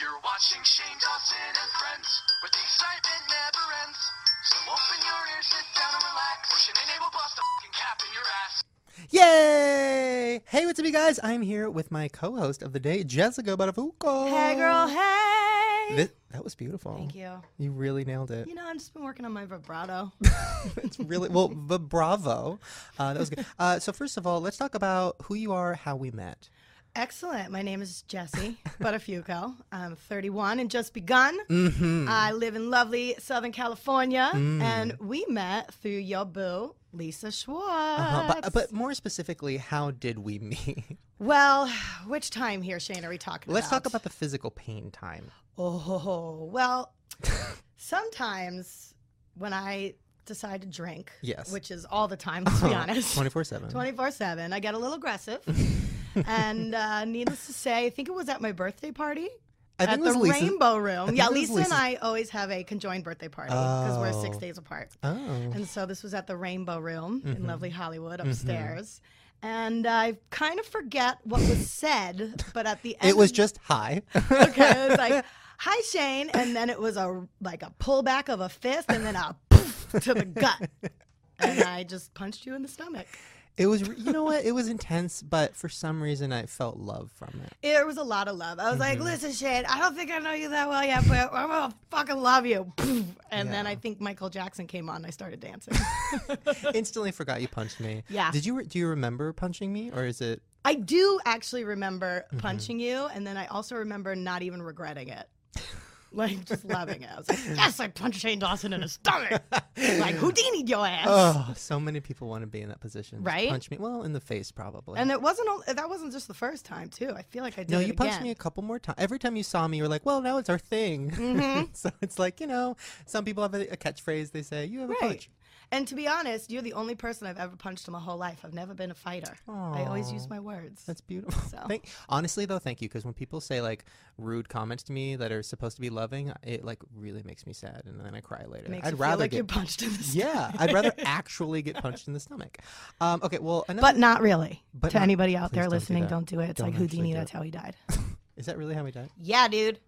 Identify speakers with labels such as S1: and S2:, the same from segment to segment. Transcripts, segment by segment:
S1: You're watching Shane Dawson and friends, where the excitement never ends. So open your ears, sit down and relax. Push an enable boss to fucking cap in your ass.
S2: Yay! Hey, what's up, you guys? I'm here with my co-host of the day, Jessica Barafuco.
S3: Hey, girl. Hey.
S2: Thi- that was beautiful.
S3: Thank you.
S2: You really nailed it.
S3: You know, I've just been working on my vibrato.
S2: It's really well. v- bravo. Uh, that was good. Uh, so first of all, let's talk about who you are, how we met.
S3: Excellent. My name is Jessie Buttafuoco. I'm 31 and just begun.
S2: Mm-hmm. Hmm.
S3: I live in lovely Southern California, and we met through your boo, Lisa Schwartz.
S2: Uh, but, but more specifically, how did we meet?
S3: well, which time here, Shane, are we talking
S2: let's
S3: about?
S2: talk about the physical pain time.
S3: Oh, well, sometimes when I decide to drink,
S2: Yes. Uh-huh.
S3: which is all the time, let's be honest.
S2: Twenty four seven.
S3: 24 7. I get a little aggressive. and uh, needless to say, I think it was at my birthday party.
S2: I
S3: at
S2: think it
S3: the
S2: was Lisa's-
S3: Rainbow
S2: I
S3: Room.
S2: think
S3: Yeah,
S2: it was
S3: Lisa
S2: Lisa's-
S3: and I always have a conjoined birthday party because we're six
S2: Oh.
S3: days apart.
S2: Oh.
S3: And so this was at the Rainbow Room
S2: Mm-hmm.
S3: in lovely Hollywood upstairs. And I kind of forget what was said, but at the end.
S2: It was just hi.
S3: Okay, it was like, hi, Shane. And then it was a like a pullback of a fist and then a poof to the gut. And I just punched you in the stomach.
S2: It was, re- you know what? It was intense, but for some reason I felt love from it.
S3: There was a lot of love. I was
S2: Mm-hmm.
S3: like, listen, Shane, I don't think I know you that well yet, but I'm gonna fucking love you. And then
S2: Yeah.
S3: I think Michael Jackson came on and I started dancing.
S2: Instantly forgot you punched me.
S3: Yeah.
S2: Did you re- do you remember punching me or is it?
S3: I do actually remember
S2: Mm-hmm.
S3: punching you, and then I also remember not even regretting it. Like just loving it. I was like, yes, I punched Shane Dawson in the stomach. like Houdini your ass.
S2: Oh, so many people want to be in that position. Just
S3: Right?
S2: punch me. Well, in the face probably.
S3: And it wasn't all, that wasn't just the first time too. I feel like I did
S2: no,
S3: it
S2: you punched
S3: again.
S2: me a couple more times. Every time you saw me, you were like, "Well, now it's our thing."
S3: Mm-hmm.
S2: so it's like you know, some people have a, a catchphrase. They say, "You have a
S3: Right.
S2: punch."
S3: And to be honest, you're the only person I've ever punched in my whole life. I've never been a fighter. I always use my words.
S2: That's beautiful.
S3: So.
S2: Thank, honestly, though, thank you because when people say like rude comments to me that are supposed to be loving, it like really makes me sad, and then I cry later.
S3: Makes
S2: I'd
S3: you
S2: rather
S3: feel like
S2: get
S3: you're punched in the stomach.
S2: Yeah, I'd rather actually get punched in the stomach. Um, okay, well, another,
S3: But not really.
S2: But
S3: to
S2: not-
S3: anybody out
S2: please
S3: there
S2: don't do
S3: listening,
S2: that.
S3: don't do it. It's
S2: Don't
S3: like
S2: actually
S3: Houdini.
S2: do
S3: That's
S2: it.
S3: how he died.
S2: is that really how we died?
S3: yeah, dude.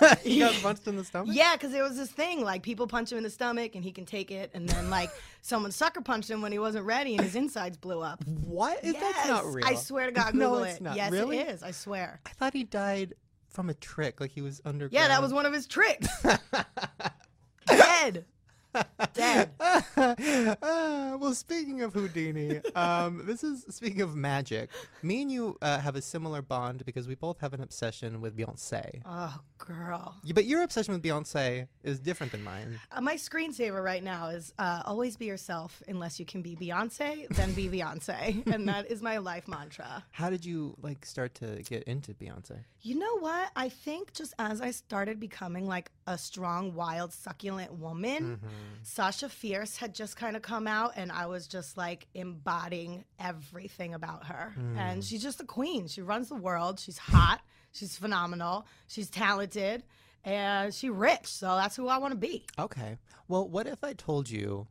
S2: you got punched in the stomach.
S3: Yeah, because there was this thing like people punch him in the stomach and he can take it, and then like someone sucker punched him when he wasn't ready and his insides blew up.
S2: What? Is
S3: yes,
S2: That's not real.
S3: I swear to God,
S2: No,
S3: Google
S2: it's
S3: it.
S2: not.
S3: Yes,
S2: Really?
S3: it is. I swear.
S2: I thought he died from a trick, like he was underground.
S3: Yeah, that was one of his tricks. Dead. Dead.
S2: Ah, well, speaking of Houdini, um, this is speaking of magic. Me and you uh, have a similar bond because we both have an obsession with Beyonce.
S3: Oh, girl.
S2: Y- But your obsession with Beyonce is different than mine.
S3: Uh, my screensaver right now is uh, always be yourself unless you can be Beyonce, then be Beyonce. and that is my life mantra.
S2: How did you like start to get into Beyonce?
S3: You know what? I think just as I started becoming like a strong, wild, succulent woman, Sasha Fierce had just kind of come out and I was just like embodying everything about her. And she's just a queen. She runs the world. She's hot. She's phenomenal. She's talented and she rich. So that's who I want to be.
S2: Okay. Well, what if I told you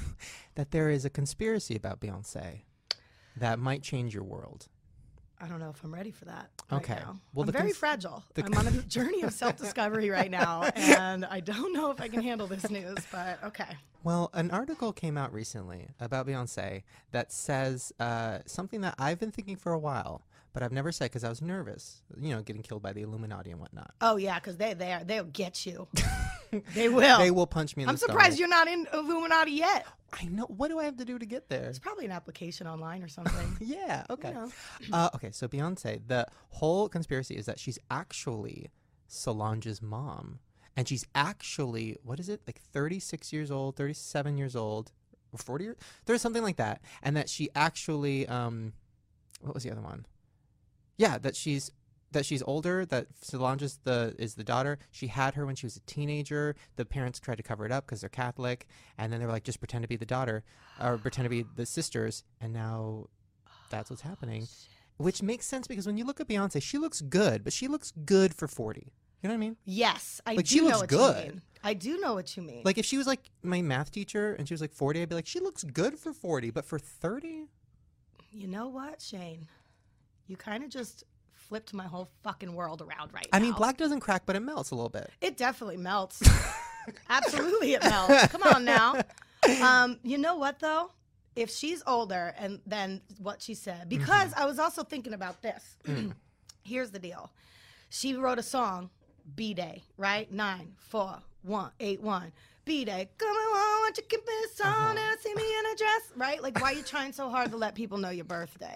S2: that there is a conspiracy about Beyonce that might change your world?
S3: I don't know if I'm ready for that. right
S2: Okay.
S3: now.
S2: Well,
S3: I'm
S2: the
S3: very
S2: cons-
S3: fragile. I'm on a journey of self discovery right now, and I don't know if I can handle this news, but okay.
S2: Well, an article came out recently about Beyonce that says uh, something that I've been thinking for a while, but I've never said because I was nervous, you know, getting killed by the Illuminati and whatnot.
S3: Oh yeah, because they they are, they'll get you. they will.
S2: They will punch me in
S3: Oh, I'm
S2: the
S3: surprised you're not in Illuminati yet.
S2: you're. I know. What do I have to do to get there?
S3: It's probably an application online or something.
S2: Yeah. Okay.
S3: know.
S2: Uh, okay. So Beyonce, the whole conspiracy is that she's actually Solange's mom, and she's actually what is it like 36 years old, 37 years old, or 40 years? There's something like that, and that she actually um, what was the other one? Yeah, that she's that she's older. That Solange is the is the daughter. She had her when she was a teenager. The parents tried to cover it up because they're Catholic, and then they were like, just pretend to be the daughter or pretend to be the sisters, and now that's what's happening. Which makes sense because when you look at Beyonce, she looks good, but she looks good for forty. You know what I mean?
S3: yes, I
S2: Like,
S3: do
S2: she
S3: know
S2: looks
S3: what
S2: good.
S3: you mean. I do know what you mean.
S2: Like if she was like my math teacher and she was like forty, I'd be like, she looks good for forty, but for thirty,
S3: you know what, Shane? You kind of just flipped my whole fucking world around right
S2: I
S3: now.
S2: mean, black doesn't crack, but it melts a little bit.
S3: It definitely melts. Absolutely, it melts. Come on now. Um, you know what though? If she's older and then what she said, because I was also thinking about this. Here's the deal. She wrote a song, B Day, right? Nine, four, one, eight, one. B Day, come on, want you keep this on and see me in a dress, right? Like, why are you trying so hard to let people know your birthday?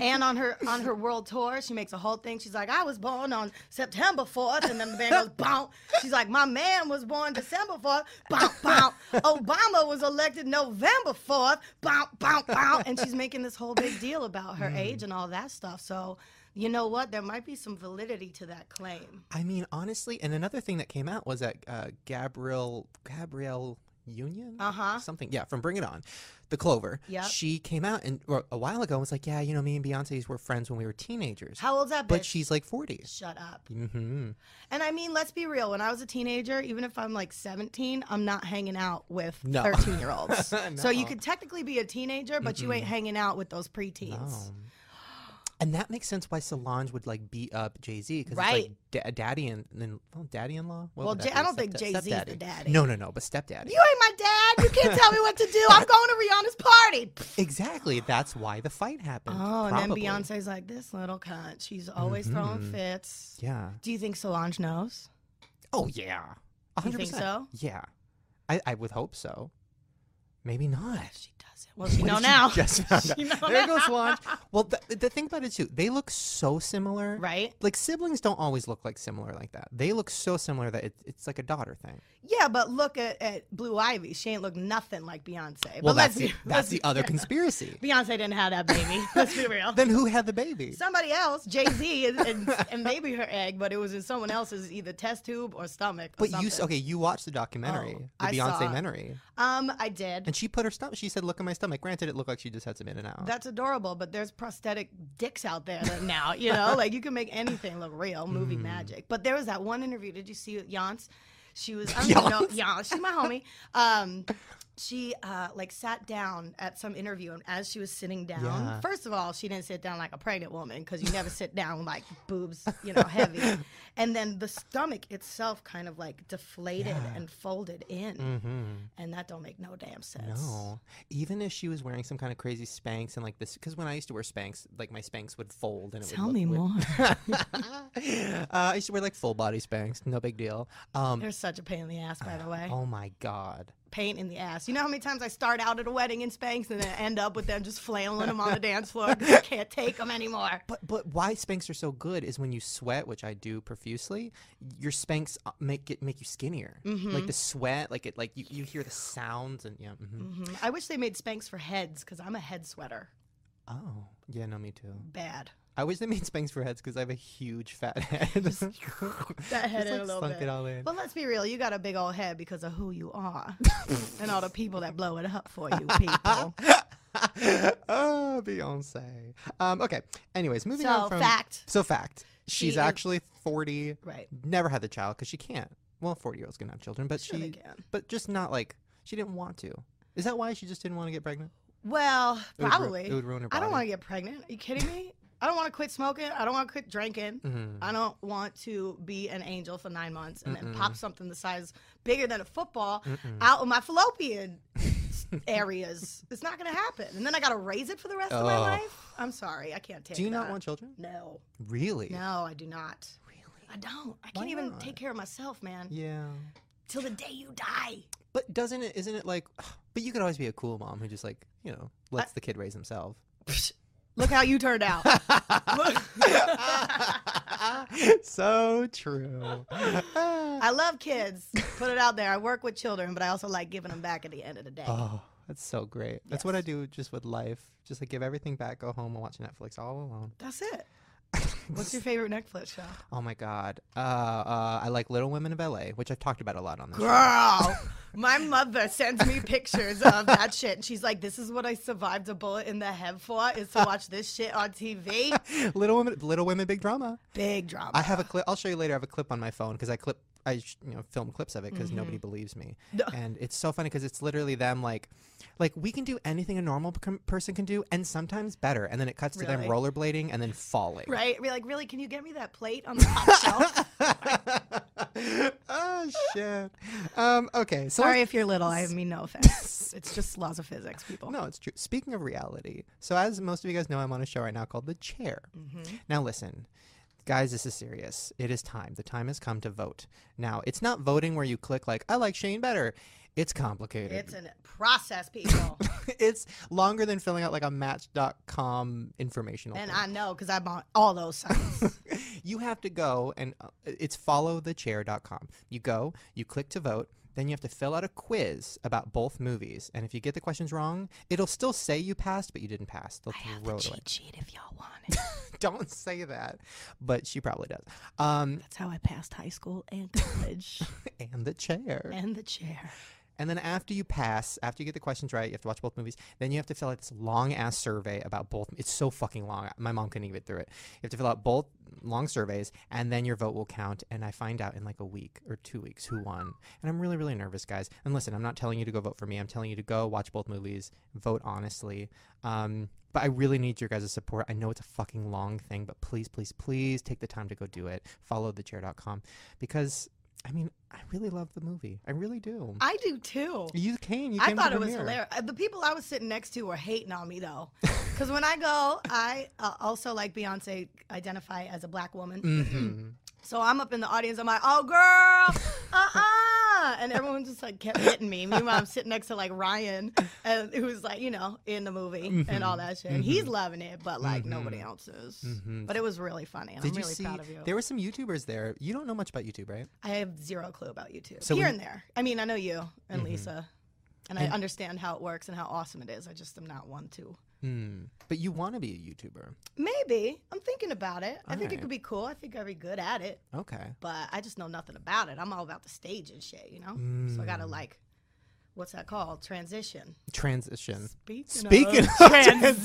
S3: and on her on her world tour, she makes a whole thing. She's like, I was born on September 4th, and then the band goes, bounce. She's like, my man was born December 4th, bounce, bounce. Obama was elected November 4th, bounce, bounce, bounce. And she's making this whole big deal about her age and all that stuff. So, you know what? There might be some validity to that claim.
S2: I mean, honestly, and another thing that came out was that uh, Gabrielle Gabrielle Union,
S3: Uh-huh.
S2: something, yeah, from Bring It On, the Clover.
S3: Yep.
S2: she came out and or a while ago and was like, yeah, you know, me and Beyonce's were friends when we were teenagers,
S3: How old's that bitch?
S2: but she's like 40
S3: Shut up.
S2: Mm-hmm.
S3: And I mean, let's be real. When I was a teenager, even if I'm like 17, I'm not hanging out with
S2: No.
S3: 13 year olds. So you
S2: No.
S3: could technically be a teenager, but you ain't hanging out with those preteens.
S2: Um, and that makes sense why Solange would like beat up Jay Z because
S3: Right.
S2: it's like da- daddy and then well, daddy in law.
S3: Well, Jay- I don't think Jay-Z's the daddy.
S2: No, no, no, but stepdaddy.
S3: You ain't my dad. You can't tell me what to do. I'm going to Rihanna's party.
S2: exactly. That's why the fight happened.
S3: Oh, and
S2: probably. Mm-hmm.
S3: then Beyonce's like, this little cunt. She's always throwing fits.
S2: Yeah.
S3: Do you think Solange knows?
S2: Oh yeah. A
S3: You
S2: hundred
S3: think
S2: percent.
S3: so?
S2: Yeah. I, I would hope so. Maybe not.
S3: She doesn't. Well, she
S2: What
S3: know
S2: if
S3: now.
S2: Just found
S3: She
S2: out.
S3: know
S2: There goes
S3: now.
S2: Solange. Well, the, the thing about it too, they look so similar.
S3: Right?
S2: Like siblings don't always look like similar like that. They look so similar that it, it's like a daughter thing.
S3: Yeah, but look at, at Blue Ivy. She ain't look nothing like Beyonce.
S2: Well,
S3: but let's
S2: that's the,
S3: be,
S2: that's
S3: let's
S2: the
S3: be-
S2: other conspiracy.
S3: Beyonce didn't have that baby. let's be real.
S2: Then who had the baby?
S3: Somebody else, Jay Z, and, and, and maybe her egg, but it was in someone else's either test tube or stomach. Or
S2: But you s-
S3: something.
S2: okay? You watched the documentary,
S3: Oh,
S2: the
S3: I saw
S2: Beyonce
S3: it.
S2: documentary,
S3: Um, I did.
S2: and she put her stomach. She said, "Look at my stomach." Granted, it looked like she just had some in and out.
S3: That's adorable, but there's prosthetic dicks out there that now, you know, like you can make anything look real, movie
S2: Mm-hmm.
S3: magic. But there was that one interview. Did you see Yance? She was, I don't know,
S2: Yance?
S3: Yance, she's my homie. Um, she uh, like sat down at some interview, and as she was sitting down,
S2: Yeah.
S3: first of all, she didn't sit down like a pregnant woman because you never sit down like boobs, you know, heavy. And then the stomach itself kind of like deflated
S2: Yeah.
S3: and folded in,
S2: mm-hmm.
S3: and that don't make no damn sense.
S2: No, even if she was wearing some kind of crazy Spanx and like this, because when I used to wear Spanx, like my Spanx would fold and it
S3: Tell
S2: would
S3: me
S2: look
S3: more.
S2: weird. uh, I used to wear like full body Spanx, no big deal. Um,
S3: They're such a pain in the ass, by the way.
S2: oh my god,
S3: pain in the ass. You know how many times I start out at a wedding in Spanx and then end up with them just flailing them on the dance floor because I can't take them anymore.
S2: but but why Spanx are so good is when you sweat, which I do profusely, your Spanx uh, make it make you skinnier.
S3: Mm-hmm.
S2: Like the sweat, like it like you, you hear the sounds and yeah. mhm.
S3: Mhm. I wish they made Spanx for heads because I'm a head sweater.
S2: Oh yeah, no, me too.
S3: Bad.
S2: I wish they made Spanx for heads because I have a huge fat head.
S3: That head
S2: Just,
S3: in
S2: like,
S3: a little
S2: sunk
S3: bit.
S2: it all in.
S3: But let's be real, you got a big old head because of who you are and all the people that blow it up for you, people.
S2: oh, Beyonce. Um, okay. Anyways, moving on
S3: So,
S2: from
S3: fact.
S2: So fact.
S3: She
S2: She's
S3: is-
S2: actually forty.
S3: Right.
S2: Never had the child because she can't. Well, forty year olds can have children, but
S3: Sure
S2: she,
S3: they can.
S2: but just not like she didn't want to. Is that why she just didn't want to get pregnant?
S3: Well,
S2: It would ru-
S3: probably.
S2: it would ruin her
S3: I don't
S2: body.
S3: want to get pregnant. Are you kidding me? I don't want to quit smoking. I don't want to quit drinking.
S2: Mm-hmm.
S3: I don't want to be an angel for nine months and then pop something the size bigger than a football out of my fallopian s- areas. It's not going to happen. And then I got to raise it for the rest of my
S2: Oh.
S3: life. I'm sorry. I can't take
S2: Do you not
S3: that.
S2: want children?
S3: No.
S2: Really?
S3: No, I do not.
S2: Really?
S3: I don't. I
S2: Why
S3: can't even
S2: not?
S3: take care of myself, man.
S2: Yeah.
S3: Till the day you die.
S2: But doesn't it? Isn't it like? But you could always be a cool mom who just like you know lets the kid raise himself.
S3: Look how you turned out.
S2: so true. Ah.
S3: I love kids. Put it out there. I work with children, but I also like giving them back at the end of the day.
S2: Oh, that's so great. That's what I do just with life. Just like give everything back, go home and watch Netflix all alone.
S3: That's it. What's your favorite Netflix show?
S2: Oh my god. Uh, uh I like Little Women of LA, which I've talked about a lot on this. show.
S3: Girl, my mother sends me pictures of that shit. And she's like, this is what I survived a bullet in the head for, is to watch this shit on TV.
S2: Little Women Little Women Big Drama.
S3: Big drama.
S2: I have a clip I'll show you later. I have a clip on my phone cuz I clip I sh- you know film clips of it because
S3: Mhm.
S2: nobody believes me,
S3: No.
S2: and it's so funny because it's literally them like, like we can do anything a normal com- person can do, and sometimes better, and then it cuts to them
S3: Really?
S2: rollerblading and then falling.
S3: Right? We're like, really? Can you get me that plate on the top shelf?
S2: oh shit. Um, okay, so
S3: Sorry if you're little. I mean, no offense. it's just laws of physics, people.
S2: No, it's true. Speaking of reality, so as most of you guys know, I'm on a show right now called The Chair.
S3: Mm-hmm.
S2: Now, listen, guys, this is serious. It is time. The time has come to vote. Now, it's not voting where you click, like, I like Shane better. It's complicated.
S3: It's a process, people.
S2: It's longer than filling out like a match.com informational.
S3: and
S2: thing.
S3: I know because I'm on all those sites.
S2: you have to go and uh, it's followthechair.com. You go, you click to vote, then you have to fill out a quiz about both movies. And if you get the questions wrong, it'll still say you passed, but you didn't pass. They'll throw it away.
S3: sheet if y'all want it.
S2: Don't say that, but she probably does. Um,
S3: That's how I passed high school and college
S2: and the chair.
S3: and the chair.
S2: And then after you pass, after you get the questions right, you have to watch both movies. Then you have to fill out this long ass survey about both. It's so fucking long. My mom couldn't even get through it. You have to fill out both long surveys, and then your vote will count. And I find out in like a week or two weeks who won. And I'm really, really nervous, guys. And listen, I'm not telling you to go vote for me. I'm telling you to go watch both movies, vote honestly. Um, but I really need your guys' support. I know it's a fucking long thing, but please, please, please take the time to go do it. Follow thechair.com because. I mean, I really love the movie. I really do.
S3: I do too.
S2: You came. You
S3: I
S2: came to
S3: thought it was
S2: premiere.
S3: hilarious. Uh, The people I was sitting next to were hating on me though, because when I go, I uh, also like Beyonce identify as a black woman.
S2: Mhm.
S3: So I'm up in the audience. I'm like, oh girl, uh uh and everyone just like kept hitting me. Meanwhile, I'm sitting next to like Ryan, and who's like, you know, in the movie
S2: Mm-hmm.
S3: and all that shit. And he's loving it, but like nobody else is. But it was really funny. And
S2: Mm-hmm. Did
S3: I'm
S2: you
S3: really
S2: see?
S3: proud of you.
S2: There were some YouTubers there. You don't know much about YouTube, right?
S3: I have zero clue about YouTube.
S2: So Mm-hmm.
S3: Here
S2: when-
S3: and there. I mean, I know you and Lisa, and, I understand how it works and how awesome it is. I just am not one to.
S2: Hmm. But you want to be a YouTuber.
S3: Maybe I'm thinking about it. I think
S2: Alright.
S3: it could be cool. I think I'd be good at it,
S2: Okay.
S3: but I just know nothing about it. I'm all about the stage and shit, you know. So I gotta
S2: Mm.
S3: like, what's that called? Transition.
S2: Transition.
S3: Speaking,
S2: Speaking
S3: of,
S2: of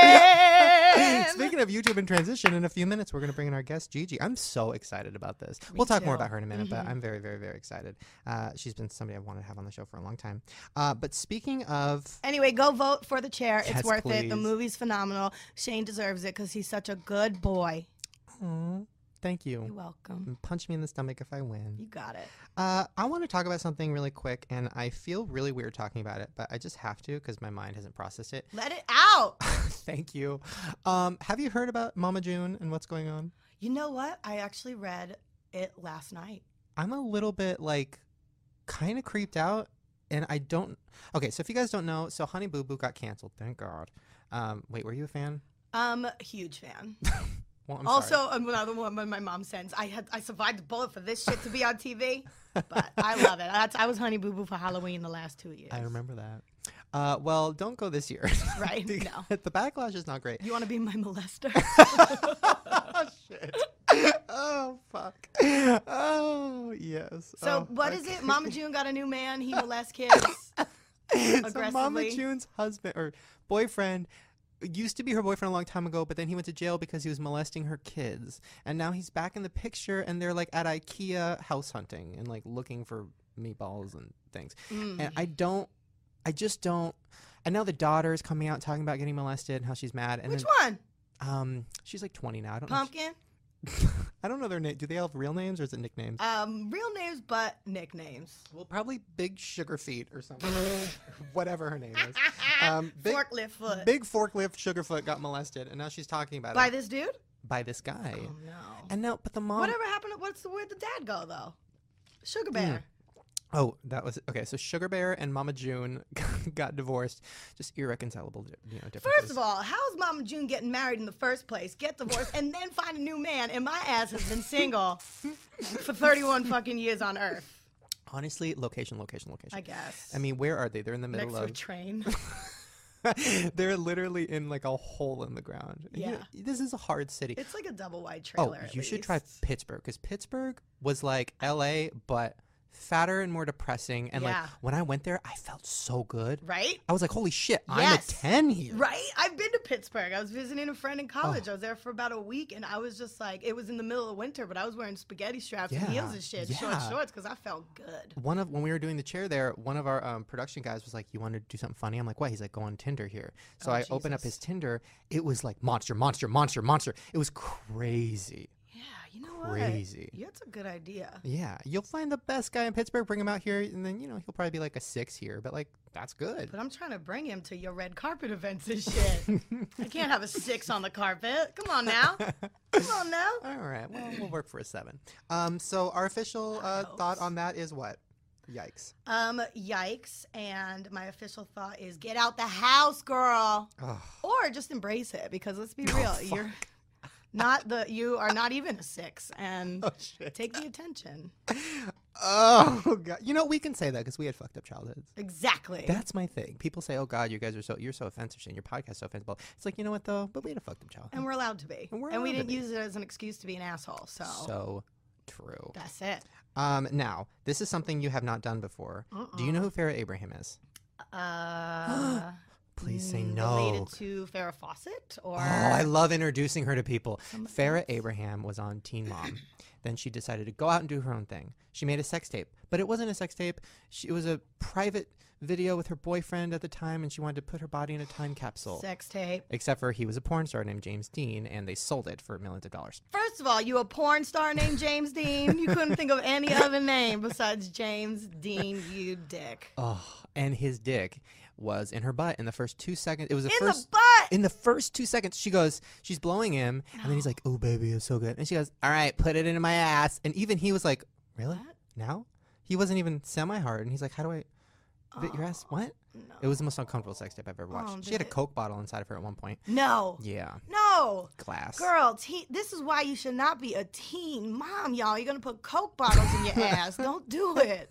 S3: transition.
S2: Speaking of YouTube and transition, in a few minutes we're going to bring in our guest Gigi. I'm so excited about this. we'll talk more
S3: too. Mm-hmm.
S2: about her in a minute, but I'm very, very, very excited. Uh, she's been somebody I wanted to have on the show for a long time. Uh, but speaking of,
S3: Anyway, go vote for the chair.
S2: Yes,
S3: it's worth it.
S2: please.
S3: The movie's phenomenal. Shane deserves it because he's such a good boy.
S2: Aw, thank
S3: You're
S2: you.
S3: welcome.
S2: Punch me in the stomach if I win.
S3: You got it.
S2: Uh, I want to talk about something really quick, and I feel really weird talking about it, but I just have to because my mind hasn't processed it.
S3: Let it out.
S2: Thank you. Um, have you heard about Mama June and what's going on?
S3: You know what? I actually read it last night.
S2: I'm a little bit like kind of creeped out, and I don't. Okay, so if you guys don't know, so Honey Boo Boo got canceled. Thank God. Um, wait, were you a fan?
S3: Um, huge fan.
S2: Well, I'm sorry.
S3: also, another one my mom sends. I had I survived a bullet for this shit to be on TV, but I love it. That's, I was Honey Boo Boo for Halloween the last two years.
S2: I remember that. Uh, well, don't go this year.
S3: Right?
S2: The-
S3: No.
S2: the backlash is not great.
S3: You want to be my molester?
S2: oh, shit. Oh, fuck. Oh, yes.
S3: so what is it? Mama June got a new man. He molests kids.
S2: it? so Mama
S3: aggressively?
S2: June's husband or boyfriend used to be her boyfriend a long time ago, but then he went to jail because he was molesting her kids. And now he's back in the picture and they're like at IKEA house hunting and like looking for meatballs and things.
S3: Mm.
S2: And
S3: Mm-hmm.
S2: I don't I just don't and now the daughter is coming out talking about getting molested and how she's mad and
S3: Which
S2: then,
S3: one?
S2: um she's like 20 now. I don't know if she-
S3: Pumpkin.
S2: I don't know their name. Do they all have real names or is it nicknames?
S3: Um, real names, but nicknames.
S2: well, probably Big Sugar Feet or something. Whatever her name is. Um, big,
S3: Forklift foot.
S2: big Forklift Sugarfoot got molested, and now she's talking about
S3: By
S2: it
S3: this dude?
S2: by this guy.
S3: Oh no.
S2: And now, but the mom.
S3: Whatever happened? to- What's where'd the dad go though? Sugar Bear.
S2: Oh, that was okay. So Sugar Bear and Mama June got divorced. Just irreconcilable, you know, differences.
S3: First of all, how's Mama June getting married in the first place? Get divorced and then find a new man. And my ass has been single for 31 fucking years on Earth.
S2: honestly, location, location, location.
S3: I guess.
S2: I mean, where are they? They're in the middle
S3: next to a
S2: of.
S3: train.
S2: They're literally in like a hole in the ground. You-
S3: Yeah.
S2: this is a hard city.
S3: It's like a double wide trailer.
S2: Oh,
S3: at
S2: you should try
S3: least.
S2: Pittsburgh because Pittsburgh was like L.A. but fatter and more depressing. And
S3: Yeah.
S2: like when I went there, I felt so good.
S3: right?
S2: I was like, holy shit,
S3: Yes.
S2: I'm a 10 here.
S3: Right? I've been to Pittsburgh. I was visiting a friend in college.
S2: Oh.
S3: I was there for about a week and I was just like, it was in the middle of winter, but I was wearing spaghetti straps and heels
S2: Yeah,
S3: and shit, short
S2: yeah.
S3: shorts, because I felt good.
S2: One of when we were doing the chair there, one of our um, production guys was like, "You want to do something funny?" I'm like, "What?" He's like, "Go on Tinder here." So
S3: Oh,
S2: I opened up
S3: Jesus.
S2: his Tinder. It was like monster, monster, monster, monster. It was crazy.
S3: Yeah, you know
S2: Crazy.
S3: what? Yeah, it's a good idea.
S2: Yeah, you'll find the best guy in Pittsburgh. Bring him out here, and then you know he'll probably be like a six here, but like that's good.
S3: But I'm trying to bring him to your red carpet events and shit. I can't have a six on the carpet. Come on now. Come on now.
S2: All right, well we'll work for a seven. Um, so our official uh, thought on that is what? Yikes!
S3: Um, yikes. And my official thought is get out the house, girl.
S2: Ugh.
S3: Or just embrace it because let's be
S2: Oh,
S3: real, you're not the you are not even a six and
S2: Oh shit!
S3: take the attention.
S2: Oh god! You know we can say that because we had fucked up childhoods.
S3: Exactly.
S2: That's my thing. People say, "Oh God, you guys are so you're so offensive, and your podcast so offensive." It's like you know what though, but we had a fucked up childhood.
S3: and we're allowed to be.
S2: And
S3: And,
S2: we're
S3: we
S2: allowed to
S3: didn't
S2: be.
S3: use it as an excuse to be an asshole. So,
S2: so true.
S3: that's it.
S2: Um, now this is something you have not done before. Do you know who
S3: Uh-uh.
S2: Farrah Abraham is?
S3: Uh
S2: Please say
S3: mm,
S2: no.
S3: Related to Farrah Fawcett or
S2: Oh, I love introducing her to people. Farrah Abraham was on Teen Mom. then she decided to go out and do her own thing. She made a sex tape, but it wasn't a sex tape. She, it was a private video with her boyfriend at the time, and she wanted to put her body in a time capsule.
S3: sex tape.
S2: Except for he was a porn star named James Dean, and they sold it for millions of dollars.
S3: First of all, you a porn star named James Dean. You couldn't think of any other name besides James Dean, you dick.
S2: Oh, and his dick was in her butt in the first two seconds. It was the
S3: In
S2: first.
S3: the butt.
S2: in the first two seconds, she goes, she's blowing him, and then he's like, "Oh, baby, it's so good," and she goes, "All right, put it into my ass," and even he was like, "Really?
S3: What?
S2: Now?" He wasn't even semi-hard, and he's like, "How do I?" But your ass? What?
S3: Oh,
S2: It was the most uncomfortable sex tape I've ever watched. she had a
S3: did it-
S2: Coke bottle inside of her at one point.
S3: No.
S2: Yeah,
S3: No.
S2: glass.
S3: Girl, teen, this is why you should not be a teen mom, y'all. You're gonna put Coke bottles in your ass. Don't do it.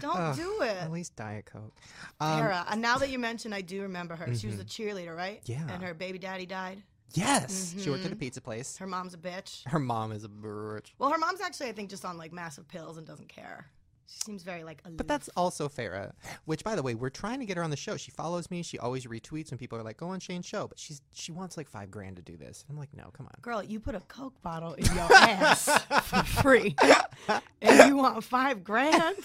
S3: Don't
S2: Ugh,
S3: do it.
S2: At least Diet Coke. Uh, Um, Mm-hmm.
S3: Sarah, and now that you mention, I do remember her. She was a cheerleader, right?
S2: Yeah.
S3: And her baby daddy died.
S2: yes, she worked at
S3: Mm-hmm.
S2: a pizza place.
S3: Her mom's a bitch.
S2: Her mom is a bitch.
S3: Well, her mom's actually, I think, just on like massive pills and doesn't care. She seems very like aloof.
S2: But that's also Farah, which, by the way, we're trying to get her on the show. She follows me. She always retweets when people are like, "Go on Shane's show," but she's she wants like five grand to do this. I'm like, no, come on.
S3: Girl, you put a Coke bottle in your ass for free. and you want five grand?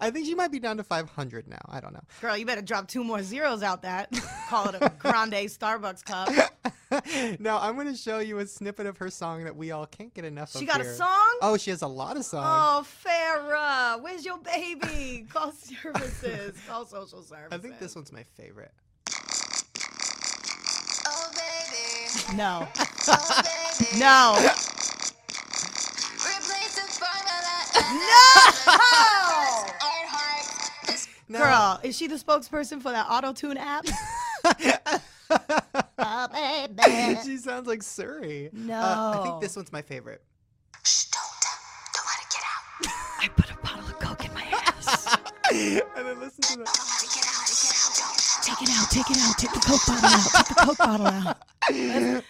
S2: I think she might be down to five hundred now. I don't know.
S3: Girl, you better drop two more zeros out that. Call it a grande Starbucks cup.
S2: now I'm going to show you a snippet of her song that we all can't get enough of.
S3: She got a
S2: here.
S3: song?
S2: Oh, she has a lot of songs.
S3: Oh, Farah, where's your baby? Call services. Call social services.
S2: I think this one's my favorite.
S1: Oh, baby.
S3: No.
S1: Oh, baby.
S3: No.
S1: Replace the formula.
S3: No!
S1: and heart.
S2: Now-
S3: Girl, is she the spokesperson for that auto tune app? oh,
S2: she sounds like Surrey. Uh, I
S3: No.
S2: think this onene's my favorite.
S1: Shh, don't. Don't let it get out.
S3: I put a bottle of Coke in my ass.
S2: and then listen to that.
S1: Don't let it get out. Let it
S3: Take it
S1: get out. Don't.
S3: out, take it out, take the Coke bottle out, take the Coke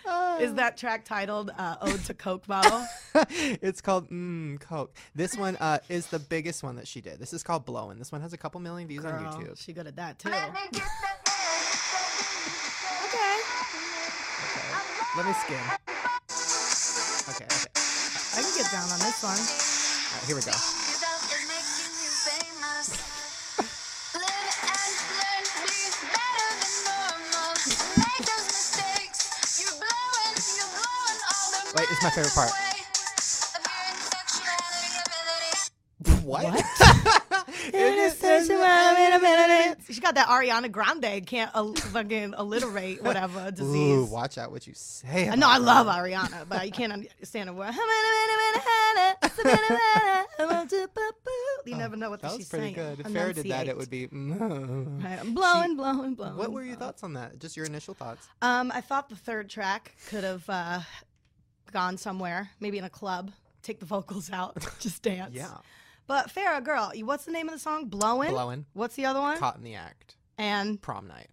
S3: bottle out. Is that track titled uh, Ode to Coke Bottle?
S2: it's called Mmm Coke. This one uh, is the biggest one that she did. This is called Blowin'. This one has a couple million views on
S3: Girl,
S2: YouTube.
S3: she good at that too.
S1: Let me get that man.
S2: Okay. Let
S3: Okay.
S2: me skim. Okay, okay. All
S3: I can get down on this one.
S2: right, here we go.
S1: Your love is making you famous. Live and learn, be better than normal. Make those mistakes. You're blowing, you're blowing all the
S2: Wait, it's my favorite part.
S1: away. Appearance, sexuality,
S2: What?
S1: ability.
S3: She got that Ariana Grande can't al- fucking alliterate whatever disease.
S2: Ooh, watch out what you say.
S3: I know I
S2: about
S3: love
S2: her.
S3: Ariana, but you can't understand a word. You never know what the
S2: That was
S3: she's
S2: pretty
S3: saying.
S2: good. If Farrah did that, it would be. mm.
S3: Right, I'm blowing, blowing, blowing.
S2: What were your
S3: blowing.
S2: thoughts on that? Just your initial thoughts.
S3: Um, I thought the third track could have uh, gone somewhere, maybe in a club. Take the vocals out, just dance.
S2: Yeah.
S3: But Farrah, girl, you- what's the name of the song? Blowing.
S2: Blowin'.
S3: What's the other one?
S2: Caught in the act.
S3: and
S2: Prom night.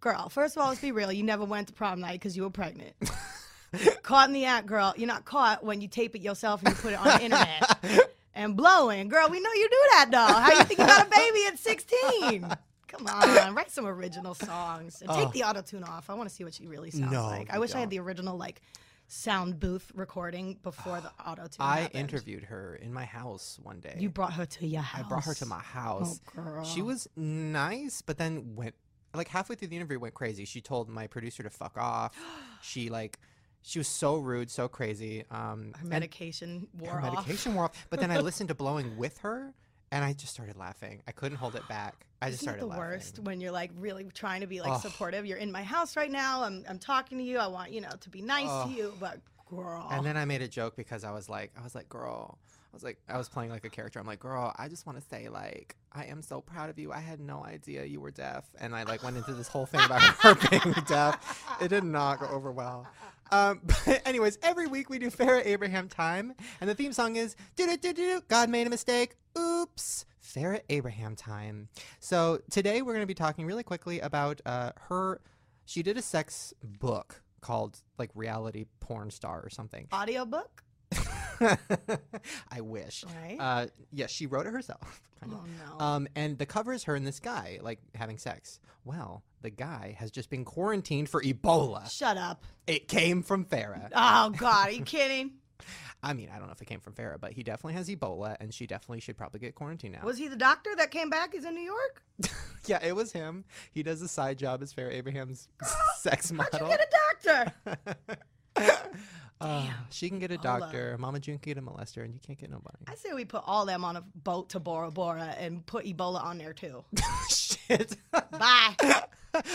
S3: girl, first of all, let's be real. You never went to prom night because you were pregnant. caught in the act, girl. You're not caught when you tape it yourself and you put it on the internet. and blowing. Girl, we know you do that though. How you think you got a baby at 16? Come on, write some original songs. And
S2: Oh.
S3: Take the auto tune off. I want to see what she really sounds
S2: No,
S3: like. I
S2: you
S3: wish I
S2: don't.
S3: had the original like sound booth recording before the auto tune.
S2: I
S3: happened.
S2: interviewed her in my house one day.
S3: You brought her to your
S2: I
S3: house.
S2: brought her to my house.
S3: Oh, girl.
S2: She was nice, but then went like halfway through the interview went crazy. She told my producer to fuck off. she like she was so rude, so crazy. Um
S3: her
S2: and-
S3: medication wore
S2: her medication wore off. But then I listened to Blowing with her, and I just started laughing. I couldn't hold it back. I
S3: off.
S2: just
S3: Isn't it
S2: started
S3: the
S2: laughing.
S3: worst when you're like really trying to be like
S2: Ugh.
S3: supportive? You're in my house right now. I'm I'm talking to you. I want you know to be nice
S2: Ugh.
S3: to you, but girl.
S2: And then I made a joke because I was like, I was like, girl, I was like, I was playing like a character. I'm like, girl, I just want to say like, I am so proud of you. I had no idea you were deaf, and I like went into this whole thing about her being deaf. It did not go over well. Um, but anyways, every week we do Farrah Abraham time, and the theme song is do do do do. God made a mistake. Oops. Farrah Abraham time. So today we're going to be talking really quickly about uh, her. She did a sex book called like reality porn star or something.
S3: audiobook,
S2: I wish.
S3: right?
S2: Uh, yeah, she wrote it herself. kind of.
S3: oh no.
S2: Um, and the cover is her and this guy like having sex. Well, the guy has just been quarantined for Ebola.
S3: Shut up.
S2: It came from Farah.
S3: Oh God, are you kidding?
S2: I mean, I don't know if it came from Farah, but he definitely has Ebola, and she definitely should probably get quarantined now.
S3: Was he the doctor that came back? He's in New York.
S2: yeah, it was him. He does a side job as Farah Abraham's sex
S3: How'd you
S2: model.
S3: get a doctor?
S2: Uh, she can get a
S3: Ebola.
S2: doctor. Mama June can get a molester, and you can't get nobody.
S3: I say we put all them on a boat to Bora Bora and put Ebola on there too.
S2: Shit.
S3: Bye.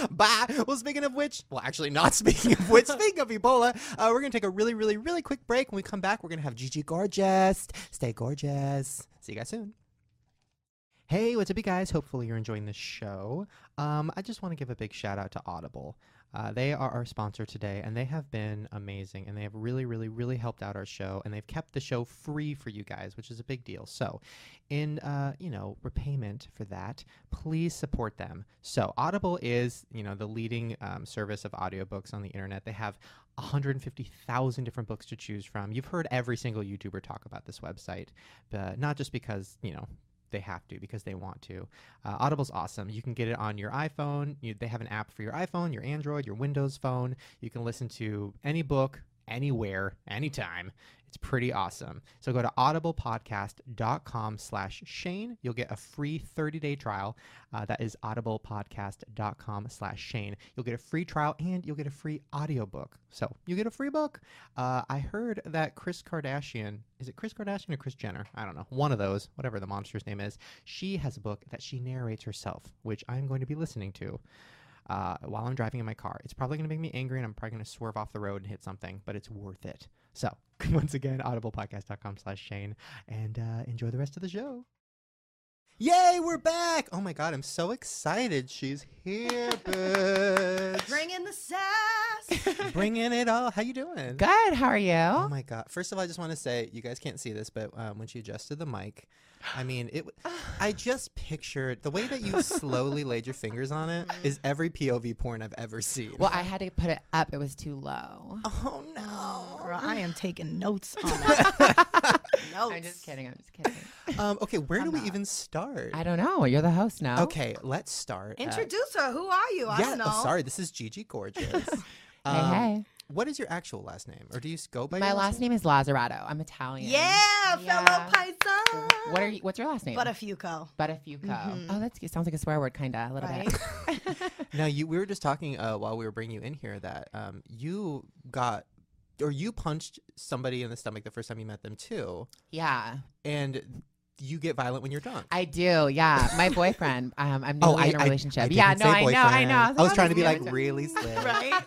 S2: Bye. Well, speaking of which, well, actually, not speaking of which, speaking of Ebola, uh, we're going to take a really, really, really quick break. When we come back, we're going to have Gigi Gorgeous. Stay gorgeous. See you guys soon. Hey, what's up, you guys? Hopefully, you're enjoying the show. Um, I just want to give a big shout out to Audible. Uh, they are our sponsor today, and they have been amazing, and they have really, really, really helped out our show, and they've kept the show free for you guys, which is a big deal. So, in uh, you know repayment for that, please support them. So, Audible is you know the leading um, service of audiobooks on the internet. They have 150,000 different books to choose from. You've heard every single YouTuber talk about this website, but not just because you know they have to because they want to. Uh, Audible's awesome. You can get it on your iPhone. You, they have an app for your iPhone, your Android, your Windows phone. You can listen to any book, anywhere, anytime. It's pretty awesome. So go to audiblepodcast.com slash Shane. You'll get a free 30-day trial. Uh, that is audiblepodcast.com slash Shane. You'll get a free trial and you'll get a free audiobook. So you get a free book. Uh, I heard that Chris Kardashian, is it Chris Kardashian or Chris Jenner? I don't know. One of those, whatever the monster's name is. She has a book that she narrates herself, which I'm going to be listening to uh, while I'm driving in my car. It's probably going to make me angry and I'm probably going to swerve off the road and hit something, but it's worth it. So once again, audiblepodcast.com slash Shane and uh, enjoy the rest of the show. Yay, we're back! Oh my god, I'm so excited. She's here, bitch.
S3: Bring in the sass.
S2: Bringing it all. How you doing?
S4: Good. How are you?
S2: Oh my god! First of all, I just want to say you guys can't see this, but um, when she adjusted the mic, I mean, it. w- I just pictured the way that you slowly laid your fingers on it is every POV porn I've ever seen.
S4: well, I had to put it up. It was too low.
S2: oh no!
S3: Girl, I am taking notes on that. notes.
S4: I'm just kidding. I'm just kidding.
S2: Um, okay, where do we even start?
S4: I don't know. You're the host now.
S2: Okay, let's start. uh, at-
S3: Introduce her. Who are you? I
S2: yeah,
S3: don't know.
S2: oh, sorry. This is Gigi Gorgeous.
S4: Hey,
S2: Um,
S4: hey.
S2: What is your actual last name, or do you s- go by
S4: My
S2: your
S4: last name is Lazzarato. I'm Italian.
S3: Yeah, fellow
S4: Yeah.
S3: Python.
S4: What are you? What's your last name?
S3: But a few co.
S4: Butterfuco. Oh, that's it sounds like a swear word, kinda a little
S3: Right?
S4: bit.
S2: Now you, we were just talking uh, while we were bringing you in here that um, you got or you punched somebody in the stomach the first time you met them too,
S4: Yeah,
S2: and you get violent when you're drunk.
S4: I do. Yeah, my boyfriend. Um, I'm
S2: Oh,
S4: newly in a
S2: I- I-
S4: relationship.
S2: I
S4: yeah,
S2: didn't
S4: no,
S2: say
S4: I know, I
S2: boyfriend.
S4: know.
S2: I was
S4: "Oh,
S2: trying to
S4: this
S2: be like
S4: man is a-"
S2: really
S4: Oh.
S2: slick.
S3: right?